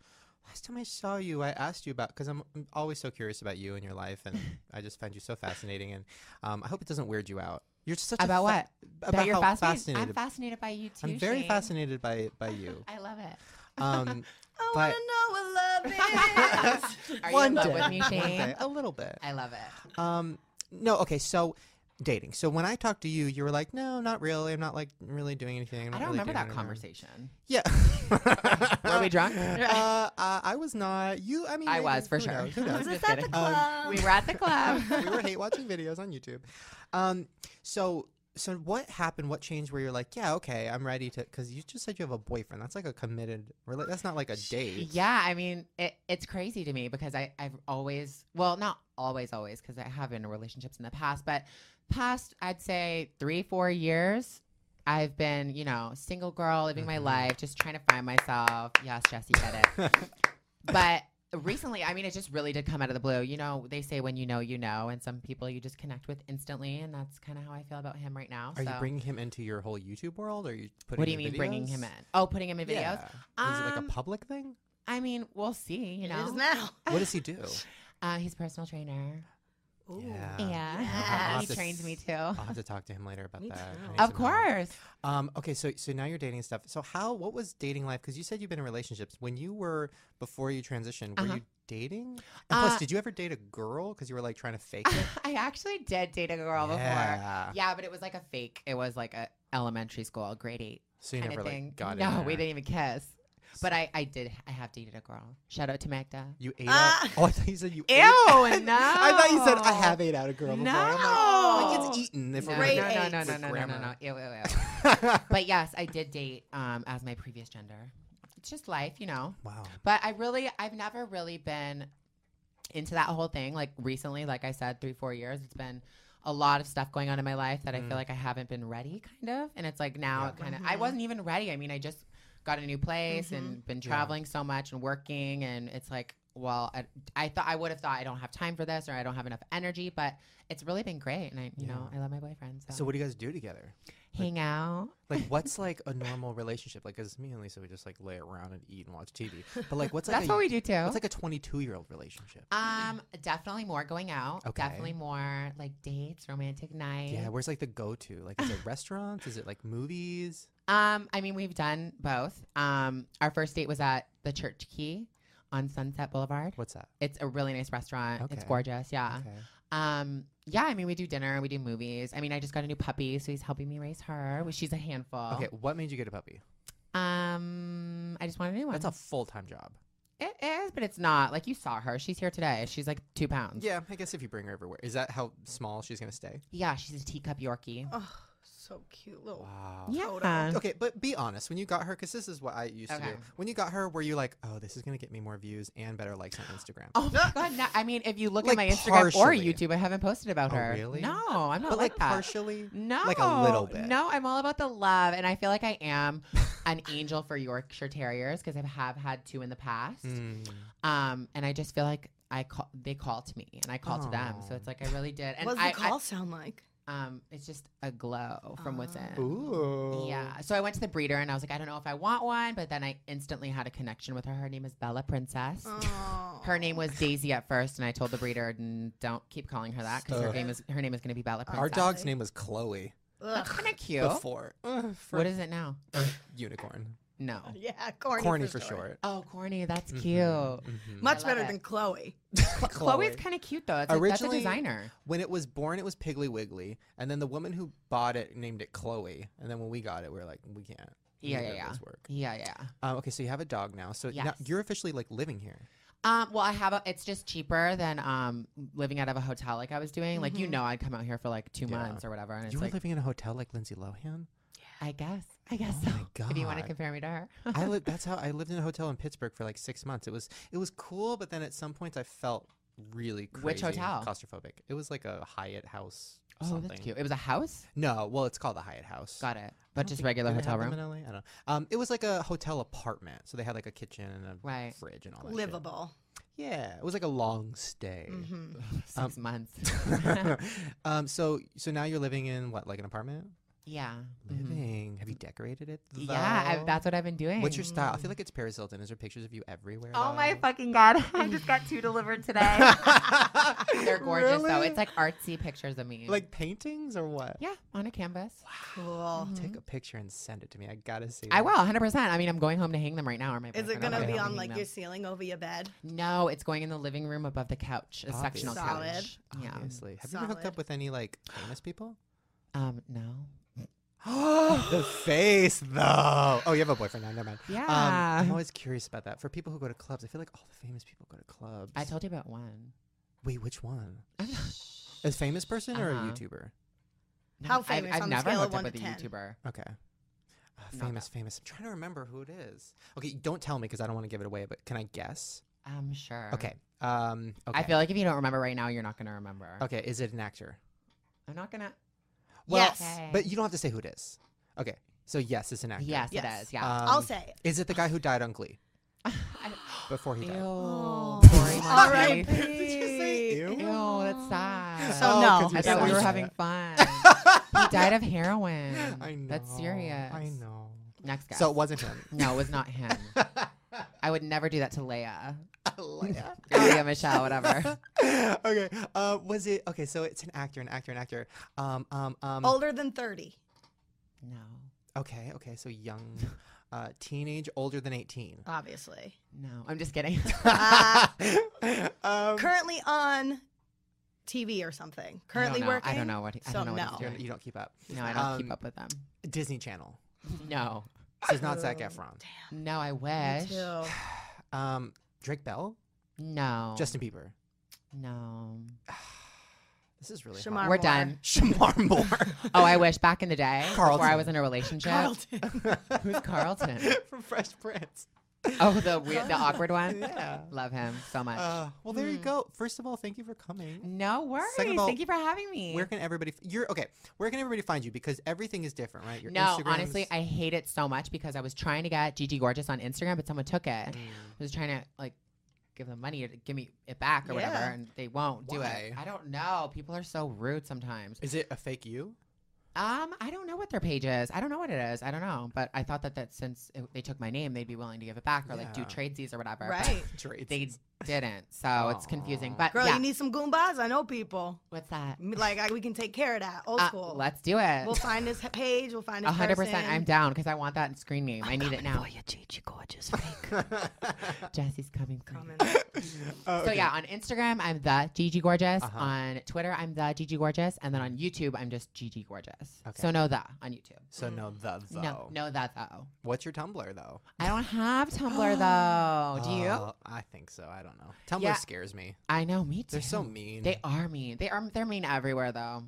S2: last time I saw you. I asked you about because I'm, I'm always so curious about you and your life, and I just find you so fascinating. And um, I hope it doesn't weird you out. You're such a
S4: About what?
S2: About
S4: that you're
S2: how
S4: fascinated.
S2: fascinated.
S4: I'm fascinated by you too.
S2: I'm very
S4: Shane.
S2: fascinated by by you.
S4: I love it.
S2: Um,
S3: I
S2: But-
S3: want to know what love is.
S4: Are you
S2: one
S4: in love
S2: day,
S4: with me,
S2: one
S4: Shane?
S2: day, a little bit.
S4: I love it.
S2: Um, no, okay, so dating. So when I talked to you, you were like, "No, not really. I'm not like really doing anything." I'm not
S4: I don't
S2: really
S4: remember
S2: doing anything."
S4: that conversation.
S2: Yeah.
S4: Were we drunk?
S2: Uh, uh, I was not. You, I mean,
S4: I
S2: maybe.
S4: was for
S2: Who
S4: sure.
S2: knows? Who
S4: I'm
S2: knows? Um,
S3: Was
S4: just
S3: this at the
S4: kidding.
S3: club?
S4: we were at the club.
S2: we were hate watching videos on YouTube. Um, so so what happened? What changed? Where you're like, yeah, okay, I'm ready to. Because you just said you have a boyfriend. That's like a committed. Rela- that's not like a date.
S4: Yeah, I mean, it, it's crazy to me because I, I've always, well, not always, always, because I have been in relationships in the past, but past, I'd say three, four years, I've been, you know, single girl, living my
S2: Mhm.
S4: life, just trying to find myself. Yes, Jesse, get it. but recently, I mean, it just really did come out of the blue. You know, they say when you know, you know, and some people you just connect with instantly, and that's kind of how I feel about him right now.
S2: Are
S4: so.
S2: you bringing him into your whole YouTube world? are you putting?
S4: what do you
S2: in
S4: mean bringing him in?
S2: videos?
S4: Oh, putting him in videos?
S2: Yeah. Is it like a
S4: Um,
S2: public thing?
S4: I mean, we'll see,
S3: It is
S4: you know.
S3: now.
S2: What does he do?
S4: Uh, he's a personal trainer.
S3: Ooh.
S4: Yeah.
S3: Yeah.
S4: he
S2: Uh, Yes.
S4: trains me too.
S2: I'll have to talk to him later about
S3: Me
S2: that. I
S3: too.
S2: need some
S4: of
S2: help.
S4: course.
S2: Um, okay, so so now you're dating and stuff. So how what was dating life? Because you said you've been in relationships. When you were before you transitioned, were
S4: Uh-huh.
S2: you dating? And plus,
S4: Uh,
S2: did you ever date a girl? Because you were like trying to fake it.
S4: I actually did date a girl before. Yeah, but it was like a fake. It was like a elementary school, grade eight
S2: So you
S4: kind
S2: never
S4: of thing.
S2: like got
S4: no,
S2: in
S4: we
S2: there.
S4: didn't even kiss. But I, I did. I have dated a girl. Shout out to Magda.
S2: You ate
S3: Ah.
S2: out. Oh, I thought you said you.
S4: Ew,
S2: Ate.
S4: no.
S2: I thought you said I have ate out a girl before. I'm like,
S4: No.
S2: my kid's eaten. If
S4: No,
S2: we're
S4: no,
S3: Grade
S2: gonna-
S4: no,
S3: eight.
S4: no, no,
S2: With
S4: no, no, no, no.
S2: grammar.
S4: Ew, ew, ew. but yes, I did date um, as my previous gender. It's just life, you know.
S2: wow.
S4: But I really, I've never really been into that whole thing. Like recently, like I said, three, four years, it's been a lot of stuff going on in my life that I
S2: Mm.
S4: feel like I haven't been ready, kind of. And it's like now
S2: Yeah.
S4: it kind of, I
S3: Mhm.
S4: wasn't even ready. I mean, I just got a new place and been
S2: Yeah.
S4: traveling so much and working. And it's like, well, I, I thought I would have thought I don't have time for this or I don't have enough energy, but it's really been great. And I, you know, I love my boyfriend. So,
S2: So what do you guys do together?
S4: hang out.
S2: Like, what's like a normal relationship? Like, because me and Lisa, we just like lay around and eat and watch TV. But like, what's like
S4: That's
S2: a,
S4: what we do too.
S2: What's like a 22 year old relationship?
S4: Um, definitely more going out.
S2: Okay.
S4: Definitely more like dates, romantic nights.
S2: Yeah, where's like the go to? Like, is it restaurants? Is it like movies?
S4: Um, I mean, we've done both. Um, our first date was at the Church Key on Sunset Boulevard.
S2: What's that?
S4: It's a really nice restaurant. It's
S2: Okay.
S4: gorgeous. Yeah.
S2: Okay.
S4: Um, yeah. I mean, we do dinner. We do movies. I mean, I just got a new puppy, so he's helping me raise her. Well, She's a handful.
S2: Okay, what made you get a puppy?
S4: Um, I just want a new one.
S2: That's a full time job.
S4: it is, but it's not. Like you saw her. She's here today. She's like two pounds.
S2: Yeah, I guess if you bring her everywhere. Is that how small she's going to stay?
S4: Yeah. She's a teacup Yorkie.
S3: Oh, so cute. Little.
S2: Wow.
S4: Oh. yeah.
S2: Okay, but be honest. When you got her, because this is what I used to
S4: Okay.
S2: do. When you got her, were you like, oh, this is going to get me more views and better likes on Instagram?
S4: Oh my god! No, I mean, if you look
S2: Like,
S4: at my Instagram or
S2: partially.
S4: YouTube, I haven't posted about
S2: Oh,
S4: her.
S2: really?
S4: No, I'm not
S2: but
S4: like,
S2: like,
S4: that.
S2: partially?
S4: no,
S2: like a little bit.
S4: No, I'm all about the love, and I feel like I am an angel for Yorkshire Terriers because I have had two in the past.
S2: Mm.
S4: Um, and I just feel like I call they call to me, and I call to them. So
S2: Aw.
S4: it's like I really did. And
S3: What does
S4: I,
S3: the call sound like?
S4: I- um, it's just a glow from within.
S2: Ah. Ooh.
S4: Oh. Yeah. So I went to the breeder, and I was like, I don't know if I want one, but then I instantly had a connection with her. Her name is Bella Princess.
S3: Oh.
S4: Her name was Daisy at first, and I told the breeder, "N- "Don't keep calling her that because her
S2: Ugh.
S4: name is her name is going to be Bella Princess."
S2: Our dog's
S3: Exactly.
S2: name was Chloe
S4: That's
S3: Ugh.
S4: kind of cute.
S2: before. Ugh, for
S4: What is it now?
S2: unicorn?
S4: No.
S3: Yeah, corny,
S2: Corny
S3: for,
S2: for
S3: sure.
S2: short.
S4: Oh, corny. That's
S2: Mhm,
S4: cute.
S2: mhm.
S4: I
S3: Much
S4: love
S3: better
S4: it.
S3: than Chloe.
S4: Chloe's kind of cute though. It's like, that's a
S2: Originally-
S4: designer.
S2: When it was born, it was Piggly Wiggly, and then the woman who bought it named it Chloe, and then when we got it, we were like, we can't.
S4: Yeah,
S2: neither
S4: yeah,
S2: of those Work.
S4: Yeah, yeah.
S2: Um, okay, so you have a dog now, so now
S4: Yes.
S2: you're officially like living here.
S4: Um, well, I have a. It's just cheaper than um living out of a hotel like I was doing. Like you
S3: Mhm.
S4: know, I'd come out here for like two
S2: Mm-hmm. Yeah.
S4: months or whatever, and it's
S2: You were
S4: like
S2: living in a hotel like Lindsay Lohan.
S4: I guess, I guess.
S2: Oh
S4: so.
S2: my god!
S4: If you want to compare me to her,
S2: I li- that's how I lived in a hotel in Pittsburgh for like six months. It was it was cool, but then at some points I felt really crazy,
S4: Which hotel?
S2: claustrophobic. It was like a Hyatt house.
S4: oh,
S2: something.
S4: that's cute. It was a house.
S2: No, well, it's called the Hyatt House.
S4: Got it.
S2: I
S4: But
S2: don't
S4: just
S2: think-
S4: regular
S2: do they
S4: hotel
S2: have
S4: room.
S2: them in LA? I don't. know. Um, it was like a hotel apartment, so they had like a kitchen and a
S4: Right.
S2: fridge and all that. shit.
S3: Livable.
S2: Yeah, it was like a long stay.
S3: hmm
S4: Six months.
S2: um, so so now you're living in what, like an apartment?
S4: yeah. mhm.
S2: Living. Have you decorated it?
S4: Yeah, I,
S2: though?
S4: that's what I've been doing.
S2: What's your style? I feel like it's Paris Hilton. Is there pictures of you everywhere?
S4: Oh my
S2: though?
S4: fucking god! I just got two delivered today. They're gorgeous though.
S2: Really?
S4: It's like artsy pictures of me.
S2: Like paintings or what?
S4: yeah, on a canvas.
S3: Cool.
S4: Mm-hmm.
S2: Take a picture and send it to me. I gotta see.
S4: I
S2: that.
S4: will, 100%. I mean, I'm going home to hang them right now. Or my
S3: Is it
S4: boyfriend
S3: gonna
S4: will
S2: Okay.
S3: be
S4: hang
S3: on like
S4: them.
S3: your ceiling over your bed?
S4: No, it's going in the living room above the couch, a sectional
S3: Solid.
S4: couch. Yeah.
S2: Obviously. Have you ever hooked
S3: Solid.
S2: up with any like famous people?
S4: Um, no.
S2: the face, though. Oh, you have a boyfriend now. Never mind. Um,
S4: Yeah.
S2: I'm always curious about that. For people who go to clubs, I feel like all the famous people go to clubs.
S4: I told you about one.
S2: Wait, which one? A famous person or a
S4: Uh-huh.
S2: YouTuber?
S4: No,
S3: How
S4: I've-
S3: famous
S4: I've,
S3: on the
S4: never
S3: scale of
S4: hooked up
S3: one to
S4: with a
S3: 10?
S4: YouTuber.
S2: Okay. Uh,
S4: Not
S2: famous, famous. I'm trying to remember who it is. Okay, don't tell me because I don't want to give it away. But can I guess?
S4: I'm sure.
S2: Okay. Um. Okay.
S4: I feel like if you don't remember right now, you're not gonna remember.
S2: Okay. Is it an actor?
S4: I'm not gonna.
S2: Well,
S3: Yes.
S2: But you don't have to say who it is. Okay. So yes, Uh, it's an actor.
S4: Yes,
S3: Yes.
S4: it is. Yeah.
S2: Um,
S3: I'll say it.
S2: Is it the guy who died on Glee
S4: I-
S2: before he
S4: Ew.
S2: died?
S3: Oh.
S4: Sorry,
S3: All
S4: Monty.
S3: right.
S2: Did you say ew?
S4: Ew, that's sad.
S3: So no.
S2: Oh, 'cause you
S4: Oh, I thought we
S2: said
S4: were
S2: it.
S4: having fun. he died of heroin.
S2: I know.
S4: That's serious.
S2: I know.
S4: Next guy.
S2: So it wasn't him.
S4: no, it was not him. I would never do that to Leia.
S2: Leia.
S4: Or Leia Michelle, whatever.
S2: okay. Uh, was it okay? So it's an actor, an actor, an actor. Um, um, um.
S3: Older than thirty.
S4: No.
S2: Okay, okay. So young, uh, teenage, older than eighteen.
S3: Obviously.
S4: No. I'm just kidding.
S2: um,
S3: Currently on TV or something. Currently
S4: I don't know.
S3: working.
S4: I don't know what he, I
S3: So,
S4: don't know what he's
S3: no.
S2: you're-
S4: doing.
S2: you don't keep up.
S4: No, I don't
S2: Um,
S4: keep up with them.
S2: Disney Channel.
S4: No.
S2: So it's not Zac
S4: Oh,
S2: Efron.
S4: No, I
S3: Me
S4: wish.
S3: too.
S2: Um, Drake Bell,
S4: No.
S2: Justin Bieber.
S4: No.
S2: This is really
S3: Shamar
S2: hard.
S4: We're
S3: Moore.
S4: done.
S2: Shamar Moore
S4: Oh, I wish back in the day before I
S2: Carlton.
S4: was in a relationship.
S3: Carlton.
S4: Who's Carlton?
S2: from Fresh Prince.
S4: Oh, the weird, the awkward one.
S2: Yeah.
S4: Love him so much.
S2: Uh, well, there
S4: Hmm.
S2: you go. First of all, thank you for coming.
S4: no worries.
S2: second of all,
S4: Thank you for having me.
S2: Where can everybody? F- you're okay. Where can everybody find you? Because everything is different, right? Your
S4: no, honestly,
S2: Instagrams-
S4: I hate it so much because I was trying to get Gigi Gorgeous on Instagram, but someone took it.
S2: Mm.
S4: I
S2: Hmm.
S4: was trying to like give them money to give me it back or whatever,
S3: Yeah.
S4: and they won't do
S2: Why?
S4: it. I don't know. People are so rude sometimes.
S2: Is it a fake you?
S4: Um, I don't know what their page is. I don't know what it is. I don't know. But I thought that that since it, they took my name, they'd be willing to give it back or like do
S2: Yeah.
S4: tradesies or whatever. but
S3: right.
S2: Traits.
S4: They didn't, so it's confusing.
S2: Aw.
S4: But
S3: Girl,
S4: yeah,
S3: you need some Goombas. I know people.
S4: what's that?
S3: M- Like I, we can take care of that. Old
S4: Uh,
S3: school.
S4: let's do it.
S3: We'll find this page. We'll find
S4: A
S3: this
S4: hundred
S3: person.
S4: percent. I'm down because I want that in screen name. i need it now.
S3: Gigi gorgeous fake.
S2: Oh,
S4: Jesse's coming. for you.
S3: Comment.
S2: Uh,
S4: So yeah, on Instagram I'm the Gigi Gorgeous.
S2: Uh-huh.
S4: On Twitter I'm the Gigi Gorgeous, and then on YouTube I'm just Gigi Gorgeous.
S2: Okay.
S4: So no the on YouTube.
S2: So no the though.
S4: No, no that though.
S2: What's your Tumblr though?
S4: I don't have Tumblr though. Do you?
S2: Oh, I think so. I don't know. Tumblr
S4: Yeah.
S2: scares me.
S4: I know. Me too.
S2: They're so mean.
S4: They are mean. They are. They're mean everywhere though.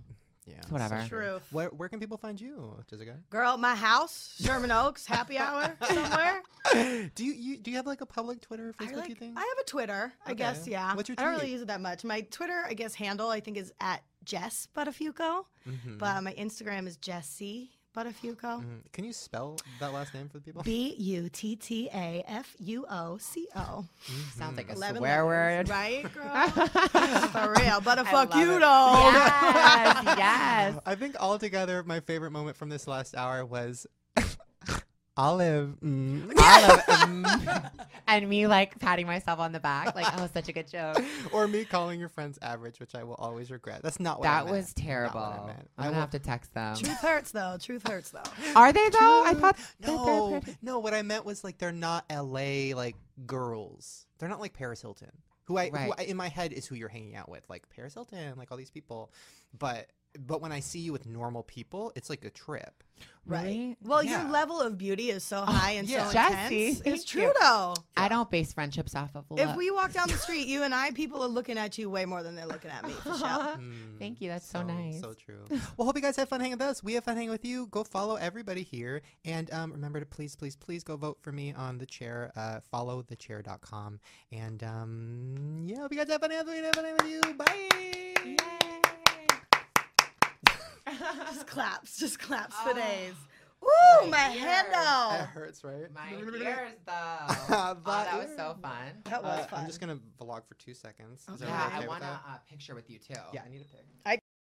S2: yeah.
S4: It's whatever.
S2: so
S3: Truth.
S2: Where where can people find you, Jessica?
S3: Girl, my house, Sherman Oaks, happy hour somewhere.
S2: do you, you do you have like a public Twitter or
S3: I,
S2: Facebook
S3: like-
S2: you think?
S3: I have a Twitter, I
S2: Okay.
S3: guess. Yeah.
S2: What's your
S3: I don't really
S2: tweet?
S3: use it that much. My Twitter, I guess, handle I think is at Jess Buttafuoco,
S4: Mm.
S2: Mhm.
S3: but my Instagram is Jessie Buttafuoco.
S4: Mm.
S2: Mhm. Can you spell that last name for the people?
S3: B U T T A F U O C O.
S4: Sounds like a
S3: Eleven
S4: swear
S3: letters,
S4: word.
S3: right, girl? For real, but
S4: I
S3: fuck
S4: love
S3: you
S4: it.
S3: though.
S4: Yes. yes.
S2: I think altogether, my favorite moment from this last hour was Olive. mm.
S4: Olive, mm. and me like patting myself on the back, like, oh, such a good joke.
S2: or me calling your friends average, which I will always regret. That's not what I
S4: That
S2: meant.
S4: was terrible.
S2: Not what I
S4: I'm
S2: meant.
S4: gonna have to text them.
S3: Truth hurts though. Truth hurts though.
S4: Are they though? I thought
S2: No, no. What I meant was like they're not LA like girls. They're not like Paris Hilton, who I, who
S4: Right.
S2: I in my head is who you're hanging out with, like Paris Hilton, like all these people. But but when I see you with normal people, it's like a trip.
S3: Right.
S4: Really?
S3: Well,
S2: Yeah.
S3: your level of beauty is so high and
S2: yeah.
S3: so
S4: Jessie,
S3: intense.
S4: thank
S3: It's true
S4: you.
S3: though.
S4: I don't base friendships off of love.
S3: If we walk down the street, you and I, people are looking at you way more than they're looking at me. For sure.
S2: Mm.
S4: Thank you. That's so, nice.
S2: So true. well, hope you guys have fun hanging with us. We have fun hanging with you. Go follow everybody here. And um, remember to please, please, please go vote for me on the chair. Uh, follow thechair.com. And um, yeah, hope you guys have fun hanging have fun hanging with you. Bye.
S3: Just claps, just claps for
S4: Oh,
S3: days. Woo, my,
S4: ears.
S2: That
S3: handle.
S2: hurts, right?
S4: My ears, though. oh,
S2: That
S4: that was so
S2: ear.
S4: fun.
S3: That
S2: Uh,
S3: was fun.
S2: I'm just going to vlog for two seconds. Is
S3: Okay.
S2: everybody
S4: Yeah,
S2: okay
S4: I
S2: with
S4: want a
S2: that?
S4: uh, picture with you too.
S2: Yeah, I need a pic.